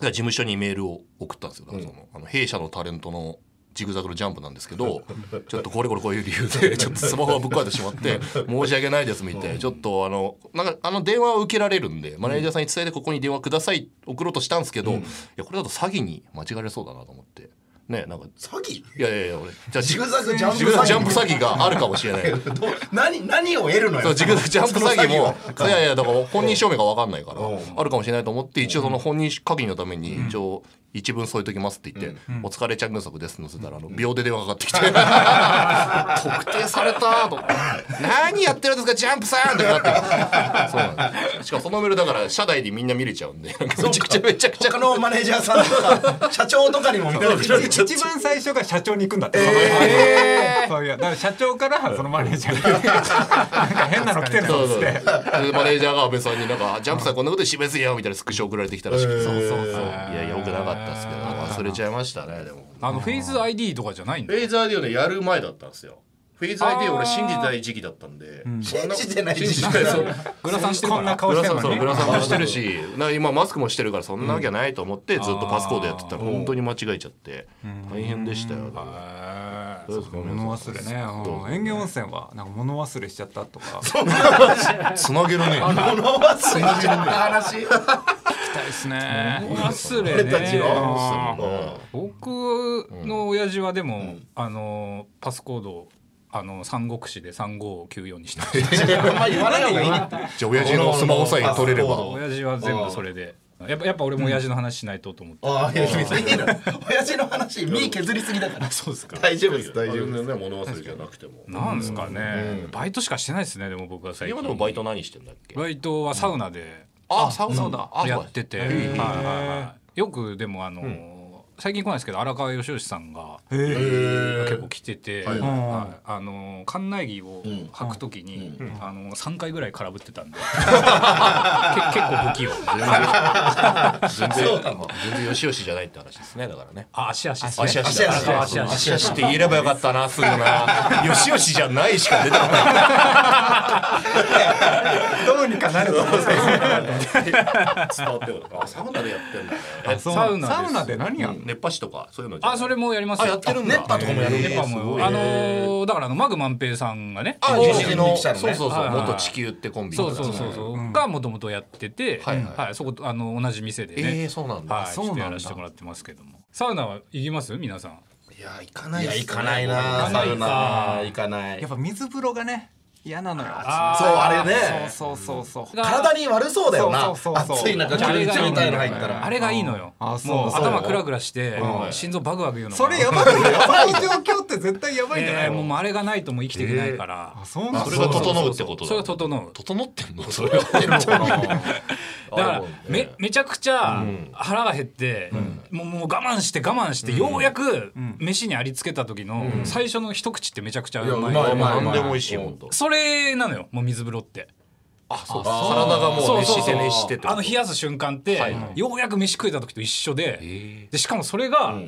Speaker 5: ら事務所にメールを送ったんですよだからその、あの弊社のタレントのジグザグのジャンプなんですけ
Speaker 7: [laughs]
Speaker 5: どちょっとこれこれこういう理由で [laughs] ちょっとスマホがぶっ壊れてしま
Speaker 7: [laughs]
Speaker 5: って申し訳ないですみたいなちょっとあのなんかあの電話を受けられるんでマネージャーさんに伝えてここに電話ください送ろうとしたんですけど、いやこれだと詐欺に間違われそうだなと思ってねなんか
Speaker 7: 詐欺
Speaker 5: いやいやいや俺じゃあ
Speaker 7: ジ
Speaker 5: ジ
Speaker 7: グ
Speaker 5: グ
Speaker 7: ザグジャンプ
Speaker 5: ジグザグジャンプ
Speaker 7: 詐
Speaker 5: 詐欺があるかもしれない。
Speaker 7: 欺どう何何を得るの
Speaker 5: そ [laughs]
Speaker 7: よ
Speaker 5: うジグザグジャンプ詐欺も
Speaker 7: その詐
Speaker 5: い
Speaker 7: は
Speaker 5: やいやだから本人証明が分かんないから
Speaker 7: うん
Speaker 5: あるかもしれないと思って一応その本人確認のために一応一文添えときますって言って「お疲れちゃん軍足です」載せたらあの秒で電話かか [laughs] ってきて特定されたと「何やってるんですかジャンプさん!」ってなってそうなんですしかもそのメールだから社内でみんな見れちゃうんでなんかめちゃくちゃめちゃくちゃ
Speaker 7: 他のマネージャーさんとか社長とかにも見た時に
Speaker 6: 一番最初が社長に行くんだって、そういやだから社長からそのマネージャーになんか変なの来てる
Speaker 5: そ
Speaker 6: の
Speaker 5: う
Speaker 6: っつ
Speaker 5: そ
Speaker 6: っ
Speaker 5: うで
Speaker 6: て
Speaker 5: マネージャーが安倍さんになんか「ジャンプさんこんなことで示すよ」みたいなスクショ送られてきたらしくてそうそうそういやよくなかったですけど忘れちゃいましたねでも。
Speaker 8: あのフェイズ ID とかじゃないんだ
Speaker 5: フェイズ ID をねやる前だったんですよフェイズ ID を俺信じてない時期だったんで、信
Speaker 7: 信じてない
Speaker 5: 信じてないそう
Speaker 6: グラさんこんな顔
Speaker 5: グ
Speaker 6: して
Speaker 5: ラサ
Speaker 6: る
Speaker 5: ンそう
Speaker 6: の
Speaker 5: グラ
Speaker 6: に
Speaker 5: サンもしてるしな今マスクもしてるからそんなわけないと思ってずっとパスコードやってたら本当に間違えちゃって大変でしたよ、だから
Speaker 6: へー
Speaker 5: そうですごめん
Speaker 6: 物
Speaker 5: な
Speaker 6: 忘れねうん園芸温泉はなんか物忘れしちゃったとか
Speaker 5: つなげるね
Speaker 7: 物忘れちゃった話
Speaker 8: ですね忘れね
Speaker 7: 俺たち
Speaker 8: あー
Speaker 5: うん
Speaker 8: 僕の親父はでも、あのパスコードをあの三国志で三五九四にしてま
Speaker 6: [laughs]
Speaker 8: した
Speaker 7: [laughs] あんま言わない方がいいね
Speaker 5: じゃあ親父のスマホさえ取れれ
Speaker 7: あ
Speaker 5: ば
Speaker 7: そう
Speaker 8: 親父は全部それでやっぱやっぱ俺も親父の話しないとと思って、
Speaker 7: ああいや別にいいの親父の話身削りすぎだから
Speaker 5: そうですか
Speaker 7: 大丈夫です大丈夫
Speaker 5: 全
Speaker 7: で
Speaker 5: 然ね物忘れじゃなくても
Speaker 8: なんですかね、バイトしかしてないですねでも僕は最近
Speaker 5: 今でもバイト何してんだっけ
Speaker 8: バイトはサウナで
Speaker 5: あサウナだあ
Speaker 8: やってて、
Speaker 5: へ
Speaker 8: はい
Speaker 5: ー
Speaker 8: はいはい、よくでもあの、最近来ないですけど荒川よしよしさんが結構来てて、はいあの館内着を履くときに、あの3回ぐらい空振ってた
Speaker 5: [laughs]
Speaker 8: んで、け結構不器用
Speaker 5: 全然全然よしよしじゃないって話ですねだからね
Speaker 8: あ足足ですね
Speaker 5: 足足
Speaker 7: 足足
Speaker 5: だ足足足足って言えればよかったなすぐなよしよしじゃないしか出てこない
Speaker 6: どうにかなると
Speaker 5: 伝わってくるあサウナでやってんだね
Speaker 8: あそう
Speaker 6: サウナ
Speaker 8: サ
Speaker 6: サ
Speaker 8: ウ
Speaker 6: ウ
Speaker 8: ナ
Speaker 6: ナ
Speaker 8: で
Speaker 6: で何やんの
Speaker 5: 熱波師とかそういうのじゃ
Speaker 8: あそれもやります
Speaker 5: あやってるんだ
Speaker 7: 熱波とかもやるんだ
Speaker 8: 熱波
Speaker 5: すご
Speaker 8: も
Speaker 5: い
Speaker 8: あのーだからあのマグマンペイさんがね
Speaker 5: あ
Speaker 7: お
Speaker 5: 地震の
Speaker 7: 地震
Speaker 5: そう
Speaker 7: の
Speaker 5: そうそ
Speaker 8: は
Speaker 5: う
Speaker 8: いはいはい
Speaker 5: 元地球ってコンビ
Speaker 8: そうそうそうそう、がもともとやってて、
Speaker 5: は
Speaker 8: はいい
Speaker 5: はい
Speaker 8: そこあの同じ店で
Speaker 5: え
Speaker 8: ね、
Speaker 5: えそうなんだ
Speaker 8: はい、
Speaker 6: そうなん
Speaker 8: そう
Speaker 6: だ
Speaker 8: やらせてもらってますけどもサウナは行きます皆さん
Speaker 5: いや行かないいっ
Speaker 7: や
Speaker 5: すね
Speaker 7: 行かないなサウナ行かない
Speaker 6: やっぱ水風呂がね嫌なのよ
Speaker 7: そうあれね
Speaker 6: そうそうそうそう
Speaker 7: 体に悪そうだよ
Speaker 6: そ
Speaker 7: な
Speaker 6: うそうそうそう
Speaker 7: 暑い中
Speaker 8: あ
Speaker 7: 急
Speaker 8: れが
Speaker 7: に
Speaker 8: いい
Speaker 7: 冷
Speaker 8: の
Speaker 7: たい
Speaker 8: よ
Speaker 7: の入ったら
Speaker 8: あれがいいのよ
Speaker 6: あそう
Speaker 8: もう
Speaker 6: そう
Speaker 8: 頭クラクラして、心臓バグバグ言うの
Speaker 6: それやばいよやばい状況って絶対やばいんじゃない
Speaker 8: [laughs] えーもう
Speaker 6: の
Speaker 8: あれがないともう生きていけないから、
Speaker 6: あそうなん
Speaker 5: そ
Speaker 6: だ
Speaker 5: れが整うってことだ
Speaker 8: それが整う
Speaker 5: 整ってんのそれは
Speaker 8: だからめめちゃくちゃ腹が減って、もうもう我慢して我慢して、ようやく飯にありつけた時の最初の一口ってめちゃくちゃうまい,、
Speaker 7: いやうまいうまい
Speaker 5: 何でも美味しいもんと
Speaker 8: それなのよもう水風呂って。
Speaker 5: あそう体がもう熱して熱してって
Speaker 8: あの冷やす瞬間って、ようやく飯食えた時と一緒で,、でしかもそれが、も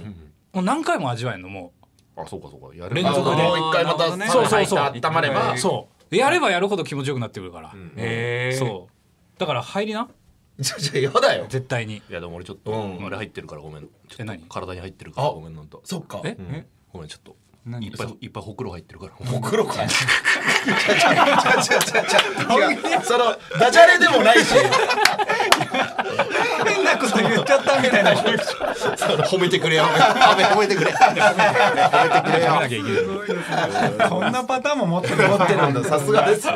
Speaker 8: う何回も味わえるのも
Speaker 5: あそうかそうかや
Speaker 6: 連
Speaker 5: あ
Speaker 6: 続で
Speaker 5: も
Speaker 7: もう
Speaker 5: う
Speaker 7: 一
Speaker 5: 一回
Speaker 7: 回
Speaker 5: ま
Speaker 7: ま
Speaker 5: た
Speaker 7: た
Speaker 6: なる
Speaker 8: うそうそう
Speaker 7: サウナ入って温まれば
Speaker 8: うそうでやればやるほど気持ちよくなってくるから、
Speaker 6: へえう
Speaker 8: そうだから入りな
Speaker 7: じゃじゃやだよ
Speaker 8: 絶対に
Speaker 5: いやでも俺ちょっと、
Speaker 7: うん
Speaker 5: 俺入ってるからごめんちょっと
Speaker 8: え何
Speaker 5: 体に入ってるからごめんなんと
Speaker 7: そっか
Speaker 8: え、
Speaker 5: うんごめんちょっと
Speaker 6: 何
Speaker 5: いっぱいいっぱいほくろ入ってるから
Speaker 7: もう黒か。違う違う違う違う違う。そのダジャレでもないし、
Speaker 6: 変なこと言っちゃったみたいなす
Speaker 7: その褒めてくれよ。褒め褒めてくれ。
Speaker 8: やめなきゃいけない
Speaker 6: ごいですねこんなパターンも持ってる
Speaker 7: 持ってるんだ。さすがです。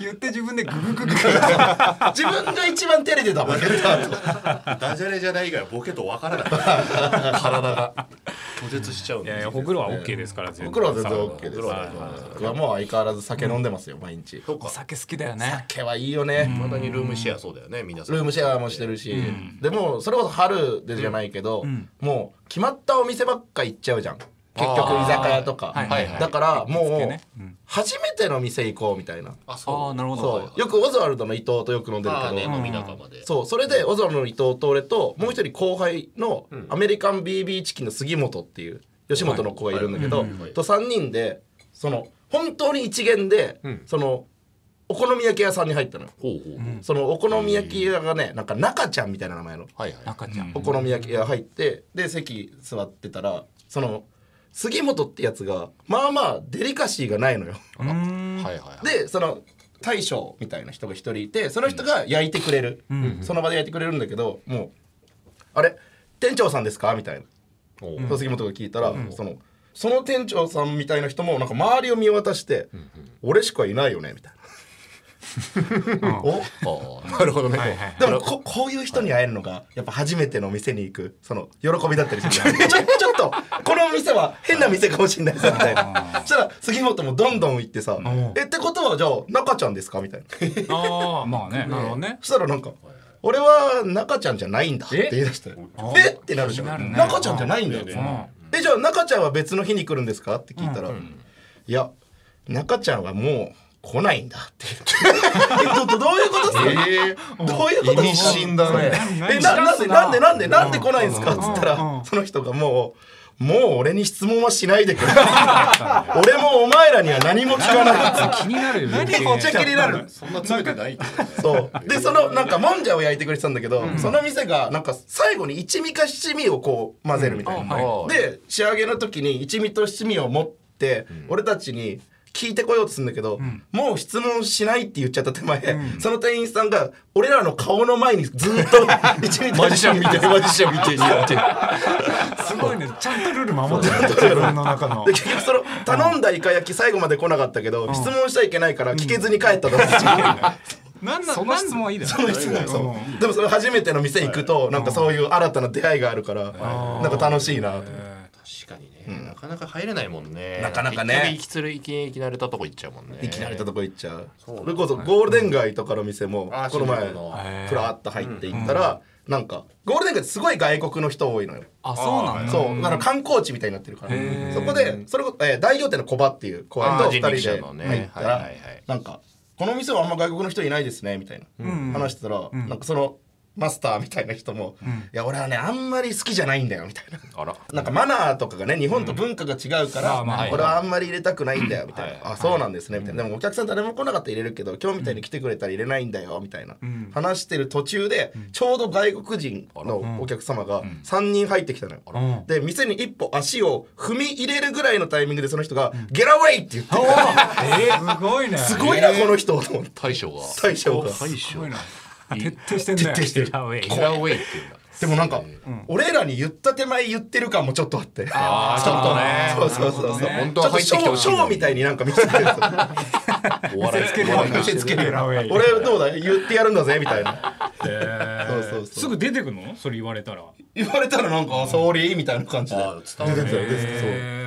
Speaker 6: 言って自分でググググ
Speaker 7: 自分が一番照れてたもん。ね
Speaker 5: [laughs]
Speaker 9: ダジャレじゃない以外はボケとわからない体が拒絶しちゃうん
Speaker 8: いやい
Speaker 9: で
Speaker 8: や
Speaker 9: す
Speaker 8: ほくろは OK ですから全
Speaker 7: 僕らは全然オッケー
Speaker 8: ー
Speaker 7: です。僕はもう相変わらず酒飲んでますよ毎日。
Speaker 6: お酒好きだよね
Speaker 7: 酒はいいよね。
Speaker 5: まだにルームシェアそうだよね皆さん
Speaker 7: ルームシェアもしてるし、でもそれこそ春でじゃないけど、もう決まったお店ばっか行っちゃうじゃん結局居酒屋とか、
Speaker 6: はいはい
Speaker 7: だからもう、
Speaker 6: けね
Speaker 7: 初めての店行こうみたいな
Speaker 5: あ
Speaker 6: ああなるほ
Speaker 7: そ
Speaker 6: ど
Speaker 7: うよくオズワルドの伊藤とよく飲んでる
Speaker 5: ああ
Speaker 7: け
Speaker 5: ね
Speaker 7: ど、
Speaker 5: 飲み仲間で
Speaker 7: そうそれでオズワルドの伊藤と俺ともう一人後輩のアメリカン BB チキンの杉本っていう吉本の子がいるんだけど、と3人でその本当に一元で、そのお好み焼き屋さんに入ったのよ。
Speaker 5: ほうほう
Speaker 7: そのお好み焼き屋がねなんか中ちゃんみたいな名前の
Speaker 5: はいはい
Speaker 6: 赤ちゃん
Speaker 7: お好み焼き屋入ってで席座ってたらその杉本ってやつがまあまあデリカシーがないのよ。
Speaker 5: はいはい
Speaker 7: でその大将みたいな人が一人いてその人が焼いてくれる、その場で焼いてくれるんだけどもう「あれ店長さんですか?」みたいな、
Speaker 5: おう
Speaker 7: その杉本が聞いたら、そのその店長さんみたいな人もなんか周りを見渡して「俺しかいないよね」みたいな。お
Speaker 5: [laughs] ああなるほどね
Speaker 7: でもここういう人に会えるのがやっぱ初めての店に行くその喜びだったりするじゃ
Speaker 5: [laughs]
Speaker 7: んちょちょっとこの店は変な店かもしれないぞみたいなそしたら杉本もどんどん行ってさ「えってことはじゃあ中ちゃんですか?」みたいな
Speaker 8: ああ [laughs] まあね
Speaker 6: なるほどね
Speaker 7: そしたらなんか「俺は中ちゃんじゃないんだ」って言い出して「えっ?」てなるじゃ
Speaker 8: なる
Speaker 7: ん
Speaker 8: ね
Speaker 7: 中ちゃんじゃないんだよえじゃあ中ちゃんは別の日に来るんですか?」って聞いたら「いや中ちゃんはもう来ないんだ」って言って [laughs] えどどどういうことですか、どういうことですか
Speaker 5: だね
Speaker 7: えななんでなんでなんでなんで来ないんですか?」っつったらその人がもう「もう俺に質問はしないでくれ」 [laughs] 「俺もお前らには何も聞かない」
Speaker 8: 気になるよね
Speaker 7: めっちゃ気になる
Speaker 9: そんな詰めてないけどね
Speaker 7: そうでそのなんかもんじゃを焼いてくれてたんだけど、その店がなんか最後に一味か七味をこう混ぜるみたいな、
Speaker 5: はい
Speaker 7: で仕上げの時に一味と七味を持って、俺たちに聞いてこようとするんだけど、もう質問しないって言っちゃった手前、その店員さんが俺らの顔の前にずっ
Speaker 6: [laughs]
Speaker 7: と一味と七味
Speaker 5: てマジシャン見て
Speaker 7: [laughs]
Speaker 5: やって
Speaker 6: すごいねちゃんとルール守ってる自分の中の
Speaker 7: で結局その頼んだイカ焼き最後まで来なかったけど、質問しちゃいけないから聞けずに帰ったと思って
Speaker 6: なん
Speaker 8: その質問はいいだろ
Speaker 7: その質問そうでもそれ初めての店行くとなんかそういう新たな出会いがあるからなんか楽しいなと
Speaker 5: 確かにねなかなか入れないもんね
Speaker 7: なかなかね
Speaker 5: 行きつる行き行き慣れたとこ行っちゃうもんね
Speaker 7: いきなりたとこ行っちゃう
Speaker 5: うなん
Speaker 7: そ
Speaker 5: だ
Speaker 7: れこそゴールデン街とかの店も
Speaker 5: あー
Speaker 7: この
Speaker 5: そうな
Speaker 7: 前
Speaker 5: んだ
Speaker 7: ふらっと入って行ったらなんかゴールデン街ってすごい外国の人多いのよ
Speaker 6: あそうなんだ
Speaker 7: そうだから観光地みたいになってるからそこでそれこそえー大行店のコバっていう公園
Speaker 5: あー
Speaker 7: と二人で
Speaker 5: 人力車のね
Speaker 7: 入った
Speaker 5: はいは
Speaker 7: ら
Speaker 5: いはい
Speaker 7: なんかこの店はあんま外国の人いないですねみたいな話してたらなんかそのマスターみたいな人もいや俺はねあんまり好きじゃないんだよみたいな
Speaker 5: あら
Speaker 7: なんかマナーとかがね日本と文化が違うから、
Speaker 8: うんまあまあ
Speaker 7: これはあんまり入れたくないんだよみたいな、
Speaker 5: は
Speaker 7: あそうなんですねみたいな、でもお客さん誰も来なかったら入れるけど今日みたいに来てくれたら入れないんだよみたいな、話してる途中でちょうど外国人のお客様が3人入ってきたのよ、で店に一歩足を踏み入れるぐらいのタイミングでその人が「ゲラウェイ!」って言って、
Speaker 6: すごいね
Speaker 7: すごいなこの人と思って
Speaker 5: 大将が
Speaker 7: 大将が。
Speaker 6: すごいな徹底してんだよ
Speaker 7: 徹底してる
Speaker 5: キラウェイっていうんだ
Speaker 7: でもなんか、俺らに言った手前言ってる感もちょっとあって
Speaker 5: あー
Speaker 7: ちょっとねそうそうそうそう、
Speaker 6: なるほどね
Speaker 7: ち
Speaker 5: 本当
Speaker 7: ょ
Speaker 5: は
Speaker 7: っと
Speaker 5: 入っ
Speaker 7: シ
Speaker 5: て
Speaker 7: ョ
Speaker 5: きて
Speaker 7: ー
Speaker 5: ほし
Speaker 7: シ
Speaker 5: い
Speaker 7: ョーみたいになんか見せてる
Speaker 5: お笑いつける
Speaker 7: 見せつける
Speaker 6: ラウェイ
Speaker 7: [laughs] 俺どうだ言ってやるんだぜみたいなそうそうそう
Speaker 8: すぐ出てくのそれ言われたら
Speaker 7: 言われたらなんか「ソーリー」みたいな感じで
Speaker 5: 伝わる
Speaker 7: 出てたよ出てたそう
Speaker 8: へー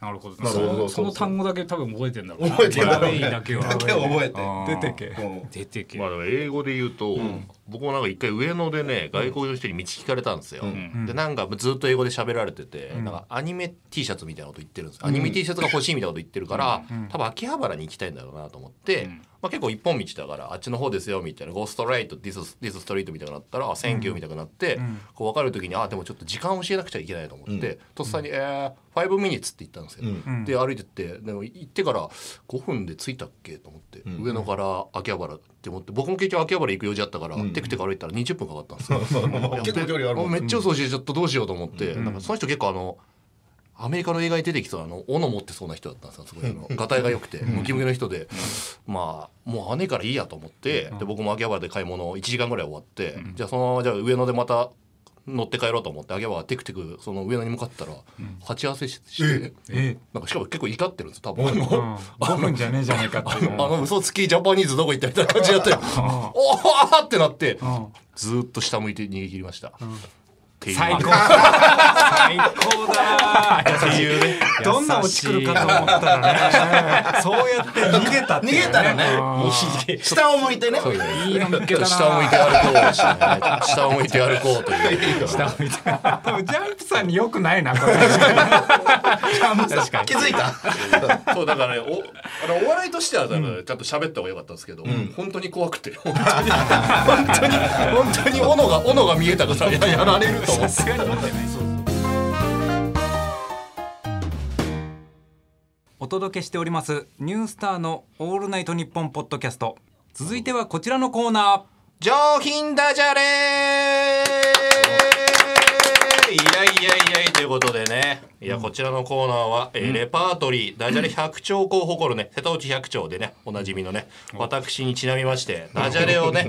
Speaker 8: なるほど
Speaker 7: なるほど
Speaker 8: そのそうの
Speaker 7: そそう
Speaker 8: 単語だけ多分覚えてんだろうな
Speaker 7: 覚えてんだろうね
Speaker 8: ラウェイだけは
Speaker 7: だけを覚えて
Speaker 8: あー
Speaker 6: 出てけ
Speaker 7: うん
Speaker 8: 出てけ
Speaker 5: まあでも英語で言うと、僕もなんか一回上野でね外国の人に道聞かれたんですよ、でなんかずっと英語で喋られてて、なんかアニメ T シャツみたいなこと言ってるんですよ、アニメ T シャツが欲しいみたいなこと言ってるから、多分秋葉原に行きたいんだろうなと思って、まあ、結構一本道だからあっちの方ですよみたいな「ゴーストライトディスディスストリート」みたいになったら「センキュー」みたいになって、こう分かる時にあでもちょっと時間教えなくちゃいけないと思って、とっさに「えー、5ミニッツ」って言ったんですよ、で歩いてってでも行ってから5分で着いたっけと思って、上野から秋葉原って思って僕も結局秋葉原行く用事あったから、テクテク歩いたら20分かかったんですよ。
Speaker 7: 結構距離あるもん
Speaker 5: めっちゃ嘘教えちゃったどうしようと思って、なんかその人結構あのアメリカの映画に出てきそうあの斧持ってそうな人だったんですよすごいあのガタイが良くてムキムキの人で、まあもう姉からいいやと思って、で僕も秋葉原で買い物1時間ぐらい終わって、じゃあそのままじゃあ上野でまた乗って帰ろうと思って秋葉原テクテクその上野に向かったら鉢合わせしして、
Speaker 6: え
Speaker 5: なんかしかも結構怒ってるんですよ多分あの
Speaker 6: うん5分じゃねえじゃねえかっていう
Speaker 5: あの嘘つきジャパニーズどこ行ったみたいな感じやって、おーってなって、ずーっと下向いて逃げ切りました。っていう
Speaker 6: 最高最高だー
Speaker 5: っていうね。
Speaker 6: どんな落ちくるかと思ったらねそうやって逃げたっていう、
Speaker 7: 逃げたらね下を向いてね
Speaker 5: そうね
Speaker 6: いいの見っけたな
Speaker 5: 下を向いて歩こうでしたね。下を向いて歩こうという。
Speaker 6: 下を見て多分ジャンプさんによくないなこれジャンプさん
Speaker 7: 気づいた
Speaker 5: そうだからね、お、あのお笑いとしてはだからちゃんと喋った方が良かったんですけど、本当に怖くて、本当に本当に斧が斧が見えたからいややられると思って。
Speaker 6: お届けしておりますニュースターのオールナイトニッポンポッドキャスト続いてはこちらのコーナー
Speaker 5: 上品ダジャレいやいやいやいということでねいやこちらのコーナーは、えーレパートリーダジャレ100兆個を誇るね瀬戸内100兆でねおなじみのね私にちなみましてダジャレをね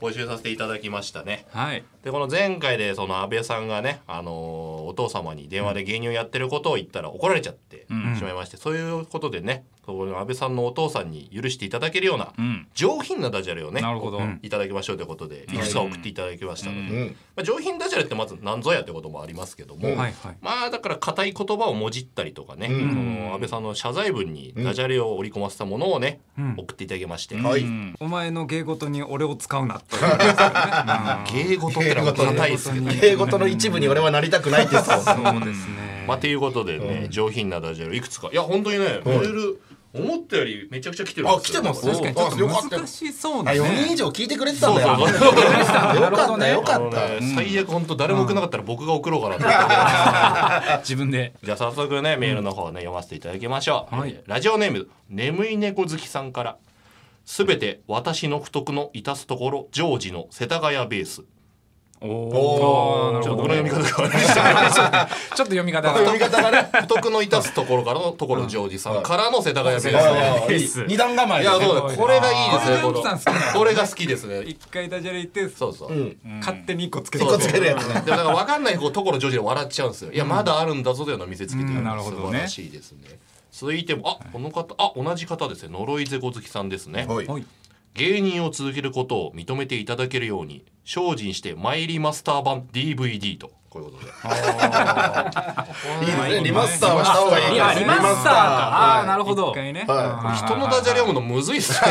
Speaker 5: 募集させていただきましたね。
Speaker 6: はい
Speaker 5: でこの前回でその安倍さんがね、あのーお父様に電話で芸人をやってることを言ったら怒られちゃってしまいまして、そういうことでねこの安倍さんのお父さんに許していただけるような上品なダジャレをね、
Speaker 6: なるほど
Speaker 5: こういただきましょうということでいくつか送っていただきましたので、まあ、上品ダジャレってまず何ぞやってこともありますけども、
Speaker 6: はいはい
Speaker 5: まあだから硬い言葉をもじったりとかね、その安倍さんの謝罪文にダジャレを織り込ませたものをね、送っていただきまして、
Speaker 6: お前の芸事に俺を使うなって
Speaker 5: 芸事ってのは硬いですけどね。
Speaker 7: 英語との一部に俺はなりたくないですよ
Speaker 6: そうですね
Speaker 5: まあ、ということでね、上品なダジャレいくつかいや本当にね、メール思ったよりめちゃくちゃ来てるんです
Speaker 7: あ
Speaker 5: よ
Speaker 7: 来てます
Speaker 5: そう
Speaker 6: 確かにちょっと難しそう
Speaker 7: あ
Speaker 6: な
Speaker 7: 4人
Speaker 6: ね
Speaker 7: 以上聞いてくれてたんだよ
Speaker 5: そう
Speaker 7: よ
Speaker 5: そう
Speaker 7: かったよ
Speaker 5: あ
Speaker 7: か
Speaker 5: の
Speaker 7: った
Speaker 5: ね [laughs] 最悪本当誰も送らなかったら僕が送ろうかなと思って
Speaker 8: [laughs] 自分で
Speaker 5: [laughs] じゃあ早速ねメールの方ね読ませていただきましょう、
Speaker 6: はい
Speaker 5: えーラジオネーム眠い猫好きさんから「すべて私の不徳の致すところジョージの世田谷ベース」
Speaker 8: おおーなる
Speaker 5: ちょっと
Speaker 8: ほ
Speaker 5: 僕の
Speaker 8: ど
Speaker 5: 読み方が変わりまし
Speaker 8: ちょ
Speaker 5: た
Speaker 8: っと読み方が
Speaker 5: [laughs] 読み方がね不徳の致すところからのところジョージさんからの世田谷ベース
Speaker 7: あいい
Speaker 8: ス
Speaker 7: 二段構え
Speaker 5: い
Speaker 7: で
Speaker 5: や
Speaker 7: ね
Speaker 5: そうだこれがいいですね
Speaker 6: こ
Speaker 5: こ
Speaker 6: れジャンプさん好きな
Speaker 5: のこれが好きですね
Speaker 6: 一回ダジャレ言って
Speaker 5: そうそう、
Speaker 6: 勝手に一個つけて
Speaker 7: 一個つけるやつね
Speaker 5: でもなんか分かんないこうところジョージで笑っちゃうんですよ。いやまだあるんだぞというのを見せつけてる、
Speaker 8: うんなるほどね
Speaker 5: 素晴らしいですね。続いてもあこの方あ同じ方ですね呪いゼコ好きさんですね。
Speaker 7: はい
Speaker 6: はい
Speaker 5: 芸人を続けることを認めていただけるように精進してマイリマスター版 DVD とこういうことで。
Speaker 7: いいですねリマスターはした方がいい
Speaker 6: い
Speaker 7: か
Speaker 6: や
Speaker 7: ら
Speaker 6: リマスターかあーなるほど
Speaker 8: 一回ね
Speaker 7: は
Speaker 5: 人のダジャレ読むのむずいっす
Speaker 7: い
Speaker 5: ね。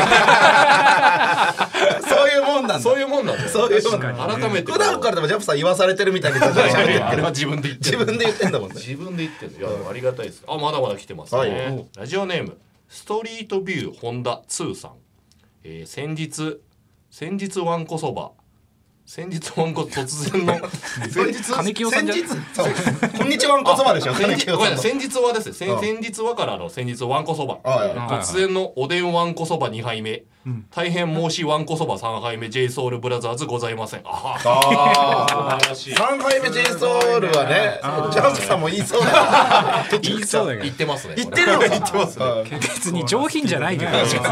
Speaker 7: そういうもんなんだ
Speaker 5: そういうもんなんだよ。
Speaker 7: そういうもんなんだ
Speaker 5: 改めてこう
Speaker 7: 普段からでもジャンプさん言わされてるみたいに
Speaker 5: いやいやあれは自分で言って
Speaker 7: 自
Speaker 5: る。
Speaker 7: 分で言ってんだもんね
Speaker 5: 自分で言ってるのいやでもありがたいですあまだまだ来てますね、
Speaker 7: はい
Speaker 5: ラジオネームストリートビューホンダ2さん、えー先日先日わんこそば先日わんこ突然
Speaker 7: [laughs]
Speaker 5: の先日
Speaker 8: 金清さんじゃ
Speaker 7: 先日そうこんにちはんこそばでしょ金
Speaker 5: 先
Speaker 7: 木
Speaker 5: 日
Speaker 7: 雄
Speaker 5: ごめんな
Speaker 7: さ
Speaker 5: さ
Speaker 7: ん
Speaker 5: い先日はですね
Speaker 7: う
Speaker 5: 先
Speaker 7: ん
Speaker 5: 先日はからの先日わんこそば
Speaker 7: のはいはい
Speaker 5: 突然のおでんわんこそば2杯目、大変申しわんこそば3杯目 j s o u l b r o t h e r ございませんああ
Speaker 7: あー三回目 J ソウルはねジャンプさんも言いそうだね
Speaker 8: 言いそうだけ
Speaker 5: 言ってますね
Speaker 7: 言ってるのか言って
Speaker 5: ますね
Speaker 8: 別に上品じゃないけどね別に
Speaker 7: 上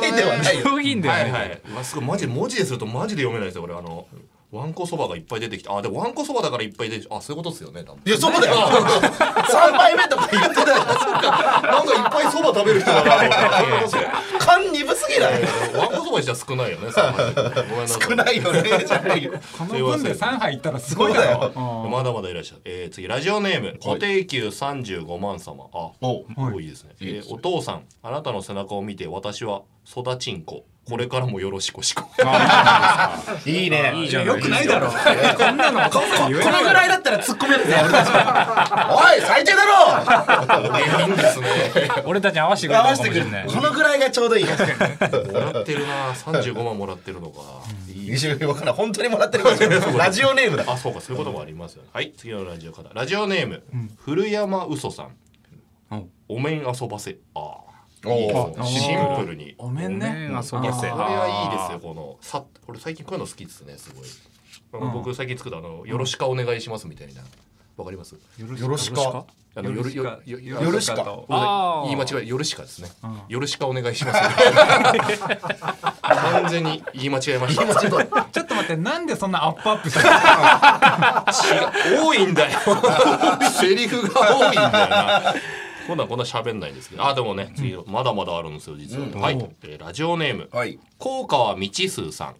Speaker 7: 品ではないよ
Speaker 8: 上品では
Speaker 5: は
Speaker 8: ないい
Speaker 5: はい。うわすごいマジで文字でするとマジで読めないですよこれあの。わんこそばがいっぱい出てきた。あ、でもわんこそばだからいっぱい出てきた。あ、そういうことですよね、多分。
Speaker 7: いやそうだよ三杯目とか言ってたよ
Speaker 5: なんかいっぱいそば食べる人だなと思って。
Speaker 7: 勘鈍すぎない
Speaker 5: わんこそばにしては少ないよね、そばねごめんなさい。
Speaker 7: 少ないよねじゃないよ
Speaker 6: この分で3杯いったらすごい
Speaker 7: そう
Speaker 6: だ
Speaker 7: だ
Speaker 6: ろ
Speaker 7: よ
Speaker 5: まだまだいらっしゃる。えー次、ラジオネーム、固定給35万様。あ、多いですね。えーお父さん、あなたの背中を見て私は育ちんこ。これからもよろしくしこ。
Speaker 7: いいね
Speaker 8: いいじゃん。よくないだろ。こんなのお母さん言え
Speaker 7: こ
Speaker 8: な
Speaker 7: の
Speaker 8: い
Speaker 7: ぐ
Speaker 8: よ。
Speaker 7: らいだったら突っ込めるぜ俺たちおい最低だろ
Speaker 5: いいですね。
Speaker 8: 俺たちに合わせてくれ
Speaker 7: 合
Speaker 8: たの
Speaker 7: わせ
Speaker 8: かも
Speaker 7: てく
Speaker 8: し
Speaker 7: れ
Speaker 8: れない。
Speaker 7: このぐらいがちょうどいい
Speaker 5: もらってるな。三十五万もらってるのか。
Speaker 7: いいしわからん本当にもらってるかもしれないラジオネームだ
Speaker 5: あ、そうか、そういうこともありますよね。はい、次のラジオ方。ラジオネーム、古山うそさん。お面遊ばせ。ああ。いいですねシンプルに。
Speaker 6: ごめんね。
Speaker 8: あそう
Speaker 5: いや
Speaker 8: か
Speaker 5: これはいいですよこのさこれ最近こういうの好きですねすごい、僕最近作ったあの「よろしくお願いします」みたいなわかります
Speaker 7: よろしく
Speaker 5: あのよろよよよ
Speaker 7: ろしかと
Speaker 5: ごめんなさ
Speaker 8: あー
Speaker 5: い言い間違いよろしかですね、よろしくお願いします [laughs] 完全に言い間違えました
Speaker 6: ちょっと待って、なんでそんなアップアップした
Speaker 5: 多いんだよ [laughs] セリフが多いんだよなこんなんこんな喋んないんですけどあでもね次のまだまだあるんですよ実は、はい、えーラジオネーム、
Speaker 7: はい
Speaker 5: 高川道数さん、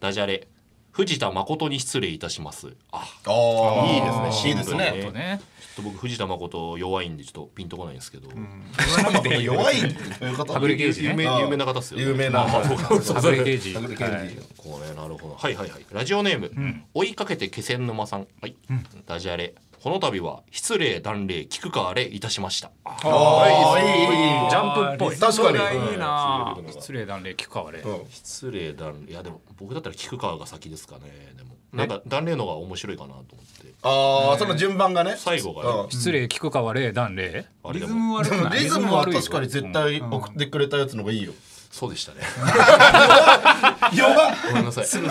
Speaker 5: ダジャレ藤田誠に失礼いたしますあ
Speaker 7: あ
Speaker 5: いいですねシンプルね
Speaker 8: そうね。
Speaker 5: ちょっと僕藤田誠弱いんでちょっとピンとこないんですけど、
Speaker 7: あ弱いってどういうこと
Speaker 8: ブレ刑事ね
Speaker 5: 有名有名な方っすよね
Speaker 7: 有名な
Speaker 5: まあまあそうそう
Speaker 8: サブレ刑事。
Speaker 7: タグで
Speaker 8: はい
Speaker 5: これなるほどはいはいはいラジオネーム、追いかけて気仙沼さんはい、ダジャレこの度は失礼断礼聞くかあれいたしました
Speaker 7: あーいいいいいい
Speaker 8: ジャンプっぽい。
Speaker 7: 確かに
Speaker 6: いいな。
Speaker 8: 失礼断礼聞くかあれ。
Speaker 5: 失礼断礼いやでも僕だったら聞くかが先ですかねでもなんか断礼の方が面白いかなと思って
Speaker 7: ああその順番がね
Speaker 5: 最後がね
Speaker 8: 失礼聞くかは礼断礼。
Speaker 5: あれ
Speaker 6: リ
Speaker 5: で
Speaker 6: ズ
Speaker 5: も
Speaker 6: ム悪くない。
Speaker 7: リズムは確かに絶対送ってくれたやつの方がいいよ
Speaker 5: そうでした
Speaker 7: [laughs]
Speaker 5: ね
Speaker 7: 弱っ
Speaker 5: ごめんなさい
Speaker 7: 全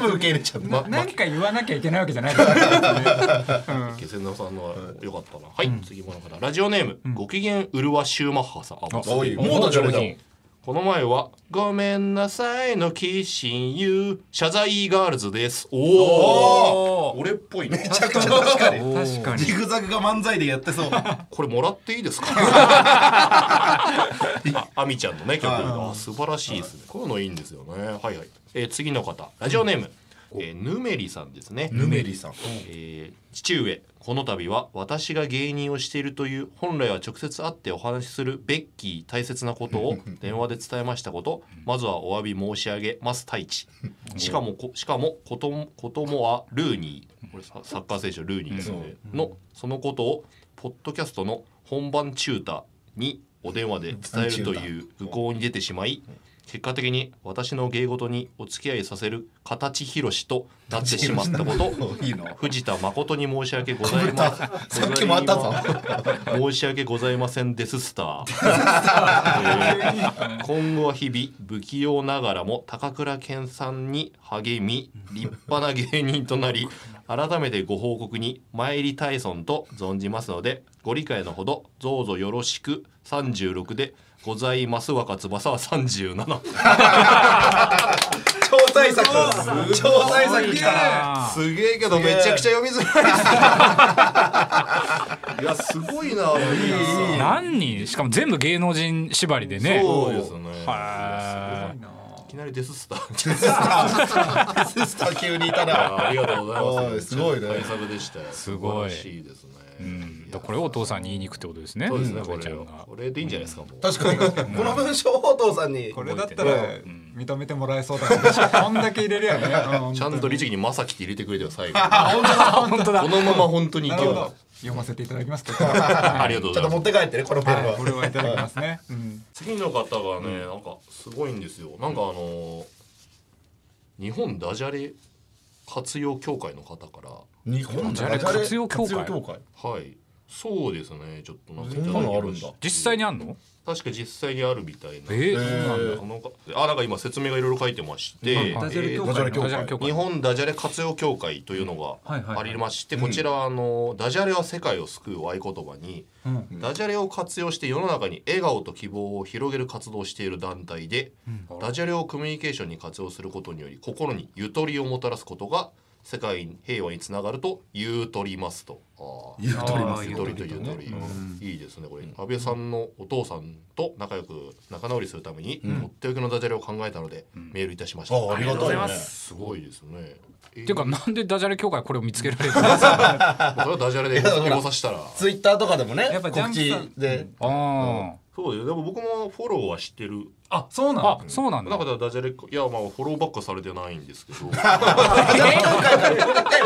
Speaker 7: 部受け入れちゃった
Speaker 5: ま
Speaker 6: 何か言わなきゃいけないわけじゃないから。
Speaker 5: 気仙沼さんのは良かったなはい、次もの方ラジオネーム、ご機嫌うるわシューマッハさんあもうすでに
Speaker 7: おい
Speaker 5: もう
Speaker 7: もう上
Speaker 8: 上
Speaker 7: 品
Speaker 8: 品
Speaker 5: この前は「ごめんなさいのキッシンユー謝罪ガールズです」おお俺っぽいね
Speaker 7: めちゃくちゃ確かに
Speaker 6: 確かに。
Speaker 7: ジグザグが漫才でやってそう
Speaker 5: これもらっていいです [laughs] かああみちゃんのね曲があ素晴らしいですねこういうのいいんですよねはいはい、えー次の方ラジオネーム、えーぬめりさんですね
Speaker 7: ぬめりさん
Speaker 5: えー父上この度は私が芸人をしているという本来は直接会ってお話しするべき大切なこと [laughs] を電話で伝えましたことまずはお詫び申し上げます太一しかもこしかもこともこともはルーニーこれササッカー選手のルーニーですよねのそのことをポッドキャストの本番チューターにお電話で伝えるという愚行に出てしまい結果的に私の芸事にお付き合いさせる形広しとなってしまったこと
Speaker 7: いいの
Speaker 5: 藤田誠に申し訳ございません。
Speaker 7: さっきもあったぞ
Speaker 5: [laughs] 申し訳ございませんですス
Speaker 7: [laughs]
Speaker 5: ター。えー今後は日々不器用ながらも高倉健さんに励み立派な芸人とな
Speaker 7: [laughs]
Speaker 5: り改めてご報告に参りたいそんと存じますのでご理解のほどどうぞよろしく36でございます若翼は37。
Speaker 7: 超大作超大作来たな
Speaker 5: すげえけどめちゃくちゃ読みづらい。いやすごいな。
Speaker 8: 何人しかも全部芸能人縛りでね。
Speaker 5: そうですね。
Speaker 8: はい
Speaker 5: きなりデススタ
Speaker 7: [laughs]
Speaker 5: ー。
Speaker 7: スター急にいたな
Speaker 5: ありがとうございま
Speaker 7: おい
Speaker 5: す。
Speaker 7: すごいね
Speaker 5: 対策でしたよ。す
Speaker 8: ごい
Speaker 5: 素晴らしいですね。
Speaker 8: うんだからこれをお父さんに言いに行くってことですね。
Speaker 5: そうですね。こ
Speaker 8: 父ちゃ
Speaker 5: れ
Speaker 8: ん
Speaker 5: を
Speaker 8: が
Speaker 5: これでいいんじゃないですか。もう
Speaker 7: 確かにこの文章をお父さんに
Speaker 6: これだったら認めてもらえそうだね。こんだけ入れるやね。うん
Speaker 5: ちゃんと律儀にまさきって入れてくれてよ最後。
Speaker 6: 本当だ
Speaker 5: こ。のまま本当にい
Speaker 6: な
Speaker 5: け
Speaker 6: るほ
Speaker 5: ば
Speaker 6: ど。。読ませていただきますけど。は
Speaker 5: ありがとうご
Speaker 7: ちょ
Speaker 5: ざ
Speaker 7: っと
Speaker 5: いま
Speaker 7: 持
Speaker 5: す
Speaker 7: っ。て帰ってねこのペン
Speaker 6: い、これ
Speaker 7: は
Speaker 6: はいただきますね。うん。
Speaker 5: 次の方がね、なんかすごいんですよ。なんかあのー日本ダジャレ活用協会の方から。
Speaker 7: 日本
Speaker 8: じゃあね活用協会
Speaker 7: 会
Speaker 5: はい。そうですね。ちょっとなんかいただ
Speaker 7: そんなのあ
Speaker 5: き
Speaker 7: る
Speaker 5: ま
Speaker 7: ん
Speaker 5: し
Speaker 7: だ
Speaker 5: た
Speaker 8: 実際にあんの？
Speaker 5: 確か実際にあるみたいな。
Speaker 8: ええそうなんだ。
Speaker 5: このかあなんか今説明がいろいろ書いてまして、
Speaker 6: ダジャレ
Speaker 5: え
Speaker 6: 協
Speaker 5: ー
Speaker 7: ダジャレ
Speaker 6: 会の。
Speaker 7: 協
Speaker 8: ダジャレ協会
Speaker 5: 日本ダジャレ活用協会というの
Speaker 6: うんはいはい
Speaker 5: が
Speaker 6: はい
Speaker 5: ありまして、こちらはあのダジャレは世界を救う合言葉に、ダジャレを活用して世の中に笑顔と希望を広げる活動をしている団体で、ダジャレをコミュニケーションに活用することにより心にゆとりをもたらすことが世界に平和につながると言うとりますと。あー
Speaker 7: 言うとります
Speaker 5: ゆとりとゆとり、いいですねこれ安倍さんのお父さんと仲良く仲直りするために、とっておきのダジャレを考えたので、メールいたしました
Speaker 7: あありがとうございます
Speaker 5: すごいですねえ
Speaker 8: っていうかなんでダジャレ協会これを見つけられるの？ [laughs]
Speaker 5: それはダジャレで
Speaker 7: やほら
Speaker 5: ごさしたら
Speaker 7: ツイッターとかでもね
Speaker 6: やっぱジャ
Speaker 7: 告
Speaker 6: ンプさん
Speaker 7: 知で
Speaker 8: ああ。
Speaker 5: そうですでも僕もフォローはしてるあそうなんだ
Speaker 8: あそうなんだ
Speaker 5: なんかだからダジャレっ子いやまあフォローばっかされてないんですけど違う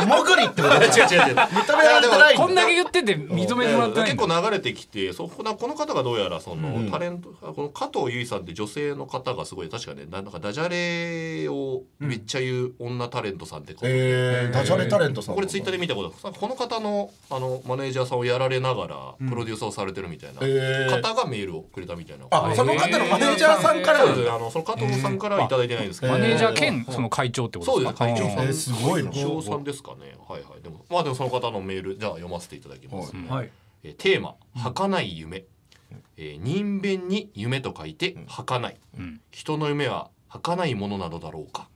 Speaker 7: え、もぐりってこと
Speaker 5: 違う違う
Speaker 7: 認められてないんだ
Speaker 8: こんだけ言ってて認めてもらってない
Speaker 5: 結構流れてきてそこなこの方がどうやらその、タレントこの加藤由衣さんって女性の方がすごい確かねななんかダジャレをめっちゃ言う女タレントさんってことで、
Speaker 7: えー、ダジャレタレントさん
Speaker 5: これツイッターで見たことあるさこの方のあのマネージャーさんをやられながらプロデューサーをされてるみたいな、
Speaker 7: えー
Speaker 5: 方がメールをくれたみたいな
Speaker 7: あ、その方のマネージャーさんから
Speaker 5: そうですあのその加藤さんから頂いただいてないんですけど、
Speaker 8: マネージャー
Speaker 7: え
Speaker 8: 兼その会長ってこと
Speaker 5: そう
Speaker 8: で
Speaker 5: ですす
Speaker 8: か
Speaker 5: 会長さん、
Speaker 7: えーすごいな
Speaker 5: 会長さんですかねはいはいでもまあでもその方のメールじゃあ読ませていただきます、
Speaker 8: うんはい
Speaker 5: えーテーマ「儚い夢」えー人弁に夢と書いて「儚い」
Speaker 8: ん
Speaker 5: 人の夢は儚いものなどだろうか」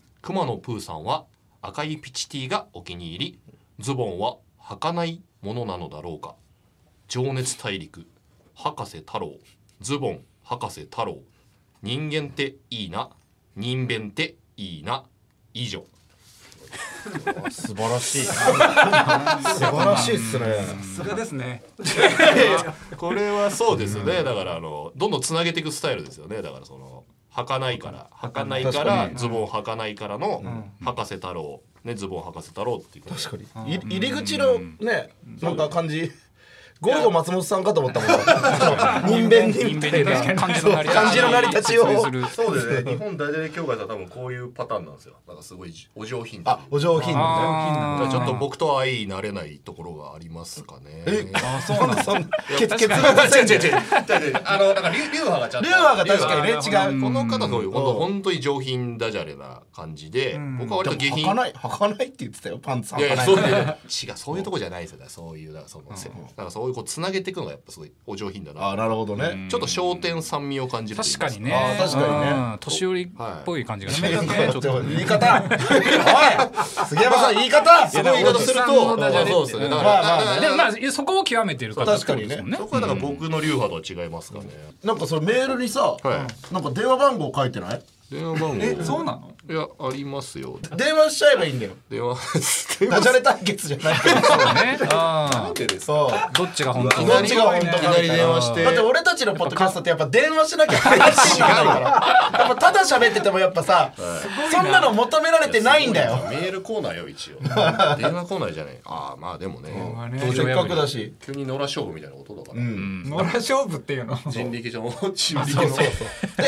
Speaker 5: 「熊野プーさんは赤いピチティがお気に入り」「ズボンは儚いものなのだろうか」「情熱大陸」「博士太郎」「ズボン博士太郎」「人間っていいな」「人弁っていいな」以上
Speaker 7: 素晴らしい素晴らしいっすね
Speaker 6: さすがですね
Speaker 5: これはそうですね、だからあのどんどんつなげていくスタイルですよねだからその儚いから儚いからズボン儚いからの博士太郎ねズボン博士太郎っていう確かに
Speaker 7: い入り口のねなんか感じゴルゴ松本さんかと思ったもんそう人弁にみたいな
Speaker 8: 漢字の成り立ち
Speaker 7: 漢字の成り立ちを
Speaker 8: 説明する
Speaker 5: そうですね日本ダジャレ協会では多分こういうパターンなんですよなんかすごいお上品で
Speaker 7: あお上品な
Speaker 8: あー
Speaker 5: ちょっと僕とは相い慣れないところがありますかねえ
Speaker 7: あそうなんそん血血
Speaker 5: 違う
Speaker 7: が
Speaker 5: 違う違う違う違うあのなんか流流派がちゃんと
Speaker 7: 龍馬が確かにね違う
Speaker 5: この方そういう本当本当に上品ダジャレな感じで僕は割と下
Speaker 7: でも
Speaker 5: 品
Speaker 7: 儚い儚いって言ってたよパンツ
Speaker 5: いやい
Speaker 7: 儚
Speaker 5: や
Speaker 7: い
Speaker 5: そういう [laughs] 違うそういうとこじゃないですよだからそういうだからそのせだからそういうこうつなげていくのがやっぱすごいお上品だ
Speaker 7: あ
Speaker 5: な
Speaker 7: なるほどね
Speaker 5: ちょっと焦点酸味を感じると言い
Speaker 8: 確
Speaker 5: ま
Speaker 8: か
Speaker 5: す
Speaker 8: にね
Speaker 7: あー確かにね
Speaker 8: うん年寄りっぽい感じがしますね
Speaker 7: 言い
Speaker 8: ちょっと
Speaker 7: 方言い方おい杉山さん言い方
Speaker 5: すごい言い方
Speaker 8: おじ
Speaker 5: する
Speaker 8: さんの
Speaker 5: と
Speaker 8: ダジャレって
Speaker 5: そうですよねだか
Speaker 7: まあ
Speaker 5: ら
Speaker 7: まあ
Speaker 5: だから
Speaker 8: でもまあそこを極めてる方ってことですもんね
Speaker 5: そこはだから僕の流派とは違いますからね
Speaker 7: なんかそれメールにさ
Speaker 5: は
Speaker 7: なんか電話番号書いてない
Speaker 5: い電話番号
Speaker 6: えそうなの
Speaker 5: いやありますよ
Speaker 7: 電話しちゃえばいいんだよ
Speaker 5: 電話電
Speaker 7: ダ
Speaker 5: 話
Speaker 7: ジャレ対決じゃないけど
Speaker 8: そうねあ
Speaker 7: そう
Speaker 8: ーどっちが本当
Speaker 5: い
Speaker 8: に
Speaker 5: きな
Speaker 7: どっ
Speaker 5: り
Speaker 7: ちが本当かみ
Speaker 5: いきな
Speaker 7: たい
Speaker 5: り
Speaker 7: な
Speaker 5: 電話して
Speaker 7: だって俺たちのポッドキャストってやっぱ電話しなきゃ話にならないからやっぱただ喋っててもやっぱさそんなの求められてないんだよ
Speaker 5: [laughs] メールコーナーよ一応電話コーナーじゃないああまあでもね
Speaker 7: せっかくだし
Speaker 5: 急に野良勝負みたいなことだから、
Speaker 6: 野良勝負っていうの
Speaker 5: 人力上の人力上の
Speaker 7: で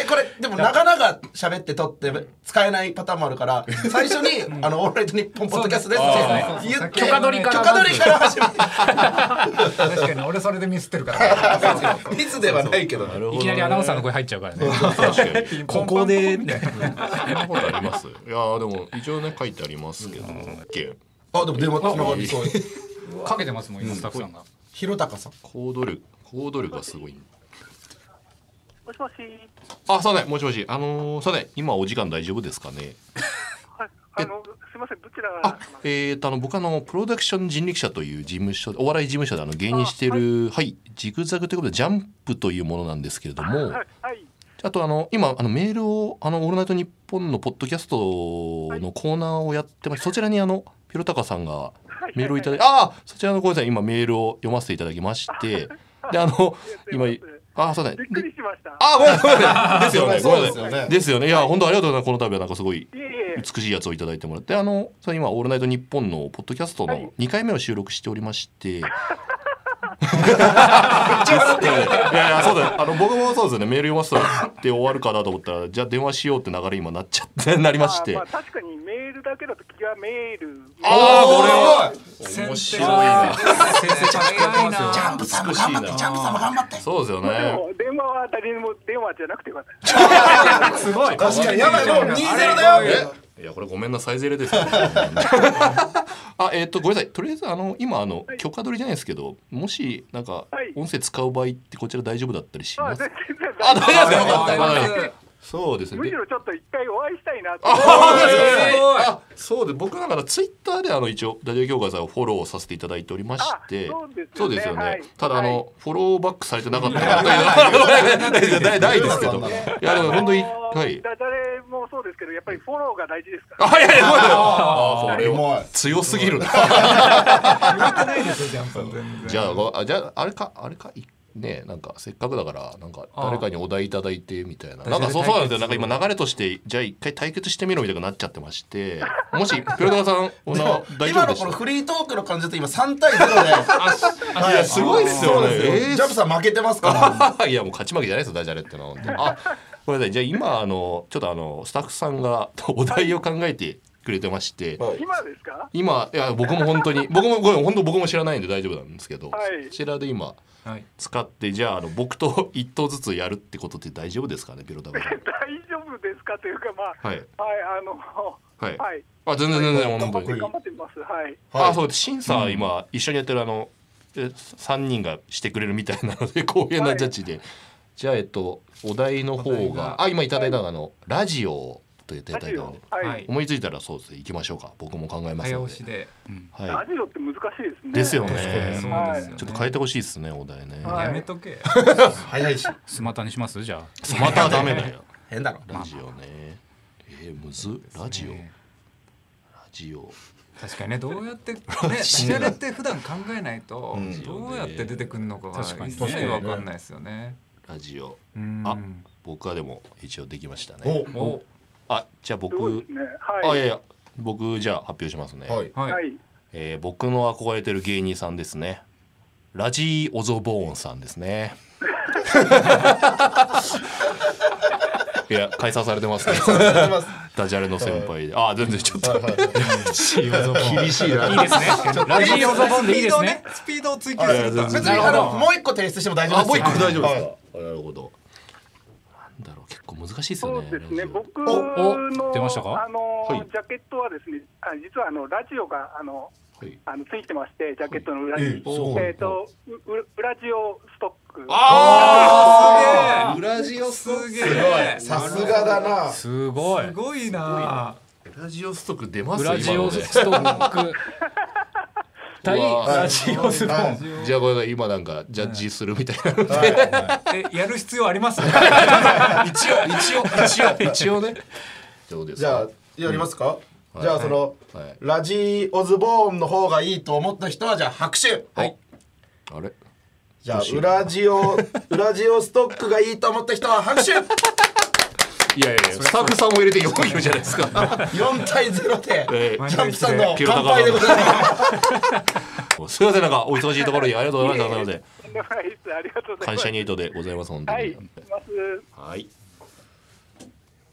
Speaker 7: これでもなかなか喋って撮って使えないパターンもあるから最初に「あのオールナイトニッポン」ポッドキャストですって言って
Speaker 6: 許可取
Speaker 8: りから
Speaker 7: 許可取りから始め
Speaker 6: 確かに俺それでミスってるから
Speaker 7: るミスではないけどね
Speaker 8: いきなりアナウンサーの声入っちゃうからね
Speaker 5: 確かに
Speaker 6: ここで
Speaker 5: そんなことありますいやーでも一応ね書いてありますけど、OK
Speaker 7: あでも電話つながりそう
Speaker 8: かけてますもん今スタッフさんが
Speaker 7: ひろたかさん
Speaker 5: 行動力行動力がすごい
Speaker 10: もしもし。
Speaker 5: あそうねもしもしあのー、そうね今お時間大丈夫ですかね
Speaker 10: はい。あの、すみません。どちらが。
Speaker 5: あえー、とあの僕あのプロダクション人力車という事務所お笑い事務所であの芸人してるはい、ジグザグということでジャンプというものなんですけれども、
Speaker 10: はい。はい。
Speaker 5: あとあの今あのメールを「あのオールナイトニッポン」のポッドキャストのコーナーをやってますそちらにあのピロタカさんが
Speaker 10: い
Speaker 5: メールをいただいてああそちらのごめんなさい今メールを読ませていただきましてであ [laughs] の今ああそうだね
Speaker 10: びっくりしました。
Speaker 5: ああごめんなさいですよねごめんなさい
Speaker 7: よね
Speaker 5: ですよねいや本当ありがとうございますこの度はなんかすごい
Speaker 10: いえいえ。
Speaker 5: 美しいやつをいただいてもらってあのそれ今「オールナイトニッポン」のポッドキャスト
Speaker 10: はい
Speaker 5: の2回目を収録しておりまして。いやいやそうだよあの僕もそうですよねメール読ませて終わるかなと思ったらじゃあ電話しようって流れ今なっちゃってなりまして
Speaker 10: あまあ、確かにメールだけだと気がメール。
Speaker 5: あーこれは
Speaker 6: 面白いな先生ちゃんとやってますよ
Speaker 7: ジャンプさんも頑張ってジャンプさんも頑張って
Speaker 5: そうですよ
Speaker 10: で
Speaker 5: ね
Speaker 10: も電話は誰にも電話じゃなくてよかったです。
Speaker 6: すごい
Speaker 7: 確かにやばいもう20だよ
Speaker 5: えいやこれごめんなさいゼレですよあえっ、とごめんなさいとりあえずあの今あの許可取りじゃないですけどもしなんか
Speaker 10: はい
Speaker 5: 音声使う場合ってこちら大丈夫だったりし
Speaker 10: まあ、
Speaker 5: ま
Speaker 10: 全
Speaker 5: す
Speaker 10: 然全
Speaker 5: あ大丈夫です
Speaker 6: あ
Speaker 5: か
Speaker 6: 大丈夫
Speaker 5: はいそうですね
Speaker 10: むしろちょっと一回お会いしたいなって。
Speaker 5: あそうで僕だからツイッターであの一応ダジャレ協会さんをフォローさせていただいておりまして
Speaker 10: あそうですよね
Speaker 5: そうですよね、
Speaker 10: はい
Speaker 5: ただあの、
Speaker 10: はい
Speaker 5: フォローバックされてなかったらないですないないですけどいやでも本当にはい
Speaker 10: ダジャレもそうですけど、やっぱりフォローが大事ですから。
Speaker 5: あいやいやごめんなさいあこれ
Speaker 7: うま
Speaker 5: はい強すぎるな
Speaker 6: ないですよジャンプ
Speaker 5: じゃあごあじゃああれかあれかいねなんかせっかくだからなんか誰かにお題いただいてみたいな
Speaker 4: あ
Speaker 5: なんかそう
Speaker 4: 対
Speaker 5: そう
Speaker 4: 決
Speaker 5: なんですよなんか今流れとしてじゃあ一回対決してみろみたいになっちゃってましてもし黒沢さんお
Speaker 7: で
Speaker 5: の
Speaker 7: も
Speaker 5: 大丈
Speaker 7: 今の
Speaker 5: 夫でし
Speaker 7: こ
Speaker 5: た
Speaker 7: のフリートークの感じだと今3対0で、はい
Speaker 5: やすごいっすよ
Speaker 7: そ
Speaker 5: ね
Speaker 7: うです
Speaker 5: えー
Speaker 7: ジャンプさん負けてます
Speaker 5: [laughs]
Speaker 7: から
Speaker 5: いやもう勝ち負けじゃないですよダジャレってのは本当にあごめんなさいじゃあ今あのちょっとあのスタッフさんがお題を考えてくれてまして、
Speaker 10: 今ですか [laughs]
Speaker 5: 今いや僕も本当に僕もごめん本当僕も知らないんで大丈夫なんですけど、
Speaker 10: はい
Speaker 5: こちらで今、使ってじゃああの僕と一頭ずつやるってことって大丈夫ですかねピロタ
Speaker 10: [laughs]
Speaker 5: ブさん
Speaker 10: 大丈夫ですかというか、まあ、
Speaker 5: はい
Speaker 10: あの、
Speaker 5: はい
Speaker 10: はい。
Speaker 5: あ全然全然本当に
Speaker 10: 頑張ってみます。はい。
Speaker 5: あそうです審査、今一緒にやってるあの3人がしてくれるみたいなの
Speaker 10: [laughs]
Speaker 5: で公平なジャッジで、じゃあえっとお題の方があ今いただいたのがあのラジオと言っていただいたので、
Speaker 10: ラジオはい
Speaker 5: 思いついたらそうですね行きましょうか僕も考えます
Speaker 10: 早
Speaker 5: の
Speaker 10: 押
Speaker 5: で
Speaker 10: しで
Speaker 5: はい、
Speaker 10: ラジオって難しいですね。
Speaker 5: ですよね
Speaker 10: はい
Speaker 5: ちょっと変えてほしいですねお題ね、
Speaker 10: はいやめ
Speaker 6: とけ
Speaker 5: 早いしスマタにしますじゃあスマタはダメだよ [laughs] 変だろラジオねえー、むずラジオ、ラジオ
Speaker 6: 確かにねどうやって
Speaker 5: [laughs]
Speaker 6: ね
Speaker 5: ラジオ
Speaker 6: ダジャレって普段考えないと
Speaker 5: うん
Speaker 6: どうやって出てくるのかが
Speaker 5: 確かに
Speaker 6: 一切わかんないですよね
Speaker 5: ラジオ
Speaker 6: うん
Speaker 5: あ僕はでも一応できましたね
Speaker 6: おお
Speaker 5: あじゃあ僕、
Speaker 10: ねはい
Speaker 5: あいやいや僕じゃあ発表しますね
Speaker 10: はいはいはい
Speaker 5: えー僕の憧れてる芸人さんですねラジオゾボーンさんです [laughs] ねいや解散されてますねダジャレの先輩で、あ全然ちょっと、 [laughs] 厳しいない
Speaker 7: いですねラジオゾボンでいいですね
Speaker 6: スピードを追
Speaker 7: 求すると別にあのもう一個提出しても大丈夫です
Speaker 5: あもう一個大丈夫で
Speaker 7: はい
Speaker 5: すか、なるほどなんだろう結構難しいです
Speaker 10: そ
Speaker 5: よ
Speaker 10: う
Speaker 5: ね
Speaker 10: ですね。僕
Speaker 5: お
Speaker 10: の
Speaker 5: お出ましたか
Speaker 10: あの、
Speaker 5: はい
Speaker 10: ジャケットはですね、あ実はあのラジオがあの、
Speaker 5: はい
Speaker 10: あのついてましてジャケットの裏に、
Speaker 5: はいええそう
Speaker 10: えっ、とうう裏ジオストック。
Speaker 6: あーすげえ裏ジオストックすげえ
Speaker 7: さすがだな
Speaker 5: すごい
Speaker 6: すごいな
Speaker 5: ラジオストック出ます
Speaker 6: 裏
Speaker 5: 今ので
Speaker 6: ジオストッ
Speaker 5: ク
Speaker 6: 対
Speaker 5: ラ
Speaker 6: ラ
Speaker 5: ジ
Speaker 6: ジ
Speaker 5: オ
Speaker 6: オ
Speaker 5: ス
Speaker 6: ス
Speaker 5: ト
Speaker 6: ト
Speaker 5: ックじゃあこれが今なんかジャッジするみたいな
Speaker 6: えやる必要あり
Speaker 7: [laughs]
Speaker 6: ます
Speaker 5: 一応一応一応一応ねどうです
Speaker 7: じゃあやりますか、じゃあその、
Speaker 5: はい
Speaker 7: ラジオズボーンの方がいいと思った人はじゃあ拍手
Speaker 5: はいあれ
Speaker 7: じゃ
Speaker 5: ど
Speaker 7: あ
Speaker 5: うしよう
Speaker 7: 裏ジオ [laughs] 裏ジオストックがいいと思った人は拍手
Speaker 5: いやいやスタッフさんも入れて4よじゃないですか
Speaker 7: 4対0で
Speaker 8: [laughs]
Speaker 5: えー
Speaker 7: ジャンプさんの
Speaker 5: ピロタ
Speaker 7: 乾
Speaker 5: カさ
Speaker 7: 杯
Speaker 5: ん
Speaker 7: でございます
Speaker 5: [laughs] すいませんなんかお忙しいところにありがとうございましたなので
Speaker 10: とんでもないです。ありがとうござ
Speaker 5: 感
Speaker 10: います。
Speaker 5: 謝ニートでございます本当
Speaker 10: は
Speaker 5: に
Speaker 10: い。します。
Speaker 5: はい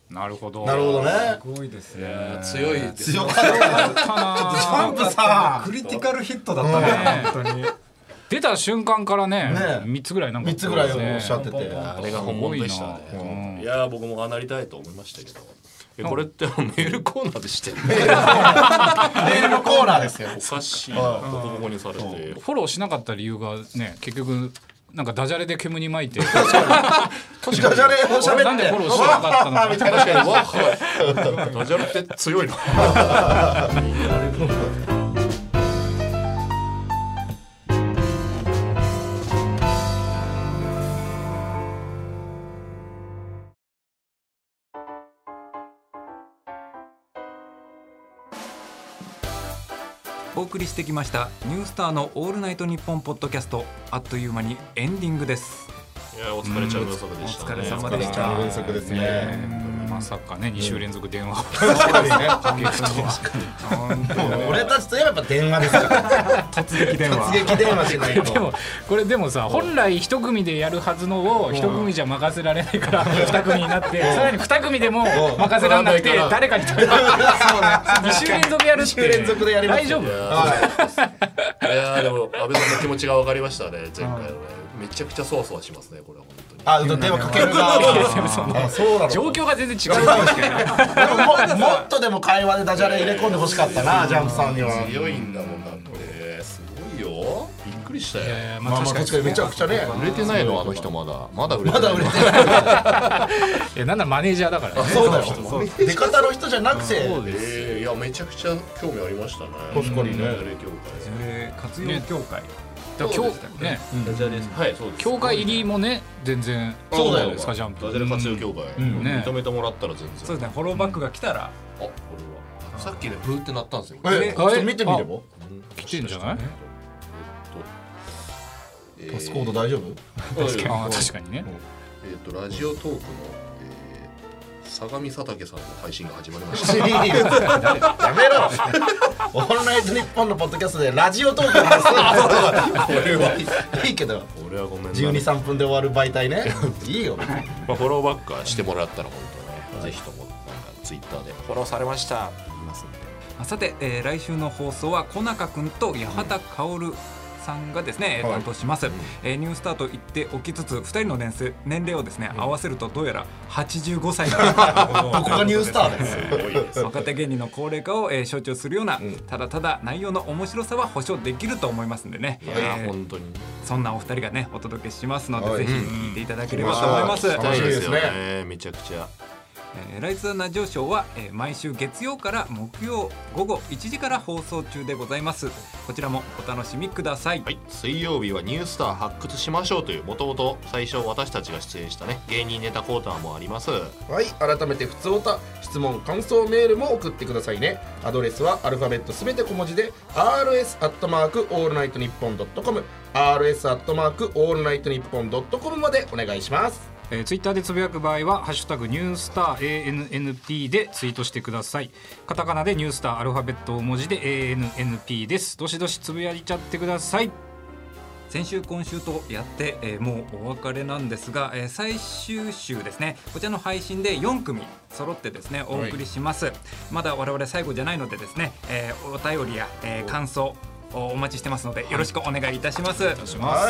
Speaker 8: なるほど
Speaker 7: なるほどね
Speaker 6: すごいですね
Speaker 5: 強いです
Speaker 7: 強かった
Speaker 8: ったな
Speaker 7: ちょっとジャンプさ
Speaker 6: クリティカルヒットだったね本当に
Speaker 8: 出た瞬間からね三つぐらいなんか
Speaker 7: 三つぐらいおっしゃってて
Speaker 5: あれが本物でしたねいやー僕もああなりたいと思いましたけどえこれってあのメールコーナーでしてる
Speaker 7: メールのコーナーですよ
Speaker 5: おかしいなボコボコにされて
Speaker 8: フォローしなかった理由がね結局なんかダジャレで煙に巻い
Speaker 7: [laughs]
Speaker 8: て
Speaker 7: ジャジャレを喋って
Speaker 8: なんでフォローしなかったのか
Speaker 7: みたい
Speaker 5: 確
Speaker 7: な
Speaker 5: かにわはいダジャレって強いな
Speaker 6: お送りしてきましたニュースターのオールナイトニッポンポッドキャストあっという間にエンディングです
Speaker 5: いやお疲れちゃう予測でした
Speaker 6: お疲
Speaker 5: ね
Speaker 6: れ様でし
Speaker 7: お疲れ
Speaker 6: た
Speaker 7: 様でした [laughs] ですね
Speaker 8: まさかね二週連続電話を [laughs]
Speaker 7: 確
Speaker 8: かに
Speaker 7: もう俺たちといえばやっぱ電話で
Speaker 8: [laughs]
Speaker 7: すから
Speaker 6: 突撃電話
Speaker 7: 突撃電話しない
Speaker 8: で
Speaker 7: と
Speaker 8: もこれでもさ本来一組でやるはずのを一組じゃ任せられないから二組になってさらに二組でも任せられなくて誰かに頼る二週連続やるっ
Speaker 7: 二週連
Speaker 8: て
Speaker 7: 続でやります
Speaker 8: 大丈夫
Speaker 5: いやーでも安倍さんの気持ちが分かりましたね前回のねめちゃくちゃそわそわしますねこれは本当に
Speaker 7: [laughs] あ電話かける側はあそうなの
Speaker 8: 状況が全然違うかもしれない
Speaker 7: でもももっとでも会話でダジャレ入れ込んでほしかったなジャンプさんには
Speaker 5: 強いんだもんだってすごいよびっくりしたよ
Speaker 7: まあまあ確かにめちゃくちゃね
Speaker 5: 売れてないのあの人まだまだ売れて
Speaker 7: ま
Speaker 5: ない
Speaker 7: だ売れてない
Speaker 8: いやなんならマネージャーだからね
Speaker 7: そうだよ出方の人じゃなくて
Speaker 5: えーいやめちゃくちゃ興味ありましたね
Speaker 7: 確かにね
Speaker 5: ダジャレ協会
Speaker 6: えー活用協会
Speaker 8: だから今日ね
Speaker 5: ダジャレはいそうです
Speaker 8: 教会入りもね全然
Speaker 5: そうだよ
Speaker 8: ですかジャンプ
Speaker 5: ダジャレ活用協会
Speaker 8: んね
Speaker 5: 認めてもらったら全
Speaker 6: そう
Speaker 5: 然
Speaker 6: ですねフォローバックが来たら
Speaker 5: あこれはさっきねブーってなったんですよ
Speaker 7: えちょっと見てみれば
Speaker 8: 来てんじゃない
Speaker 5: えっとえ
Speaker 11: パスコード大丈夫
Speaker 5: 確かに
Speaker 11: ああ
Speaker 5: 確
Speaker 11: 確
Speaker 5: か
Speaker 11: か
Speaker 5: に
Speaker 11: に
Speaker 5: ね
Speaker 11: ね
Speaker 5: えっ、とラジオトークの、えー、相模佐竹さんの配信が始まりまし
Speaker 12: い
Speaker 5: た。
Speaker 12: いよやめろオールナイトニッポンのポッドキャストでラジオトークの話すなこ
Speaker 7: [laughs]
Speaker 12: れはいいけど
Speaker 5: 俺はごめんな
Speaker 12: 123分で終わる媒体ねいいよ
Speaker 5: [laughs] まあ、フォローバックはしてもらったら本当ね、ぜひともなんかツイッターでフォローされましたって言いますんで
Speaker 6: さて、えー来週の放送は小中君と八幡薫さんがですね、
Speaker 5: はい
Speaker 6: 担当します、えーニュースターと言っておきつつ2人の年数年齢をですね、合わせるとどうやら85歳になるということで
Speaker 12: こ
Speaker 6: [laughs]
Speaker 12: こがニュースターだよ
Speaker 6: えー
Speaker 12: すごいです
Speaker 6: 若手芸人の高齢化を、えー象徴するような、ただただ内容の面白さは保証できると思いますんでね
Speaker 5: いやー本当に
Speaker 6: そんなお二人がねお届けしますので、
Speaker 5: はい
Speaker 6: ぜひ聞いていただければと思います、
Speaker 5: うん楽しみですよね。めちゃくちゃ。
Speaker 6: えーライズナ上昇は、えー毎週月曜から木曜午後1時から放送中でございますこちらもお楽しみください、
Speaker 5: 水曜日はニュースター発掘しましょうというもともと最初私たちが出演したね芸人ネタコーナーもあります
Speaker 7: はい改めて普通おた質問感想メールも送ってくださいねアドレスはアルファベットすべて小文字で rs アットマークオールナイトニッポンドットコム rs アットマークオールナイトニッポンドットコムまでお願いします
Speaker 8: えー、ツイッターでつぶやく場合は「ハッシュタグニュースター ANNP」でツイートしてくださいカタカナでニュースターアルファベット大文字で ANNP ですどしどしつぶやいちゃってください
Speaker 6: 先週今週とやって、えーもうお別れなんですが、えー最終週ですねこちらの配信で4組揃ってですねお送りします、まだ我々最後じゃないのでですね、えーお便りや、えー感想おお待ちしてますのでよろしくお願いいたします、
Speaker 7: は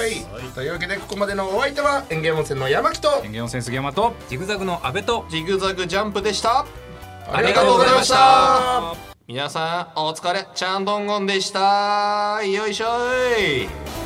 Speaker 7: い、というわけでここまでのお相手は園芸温泉の山木と
Speaker 8: 園芸温泉杉山と
Speaker 6: ジグザグの阿部と
Speaker 5: ジグザグジャンプでした
Speaker 7: ありがとうございました
Speaker 5: 皆さんお疲れちゃんどんごんでしたよいしょい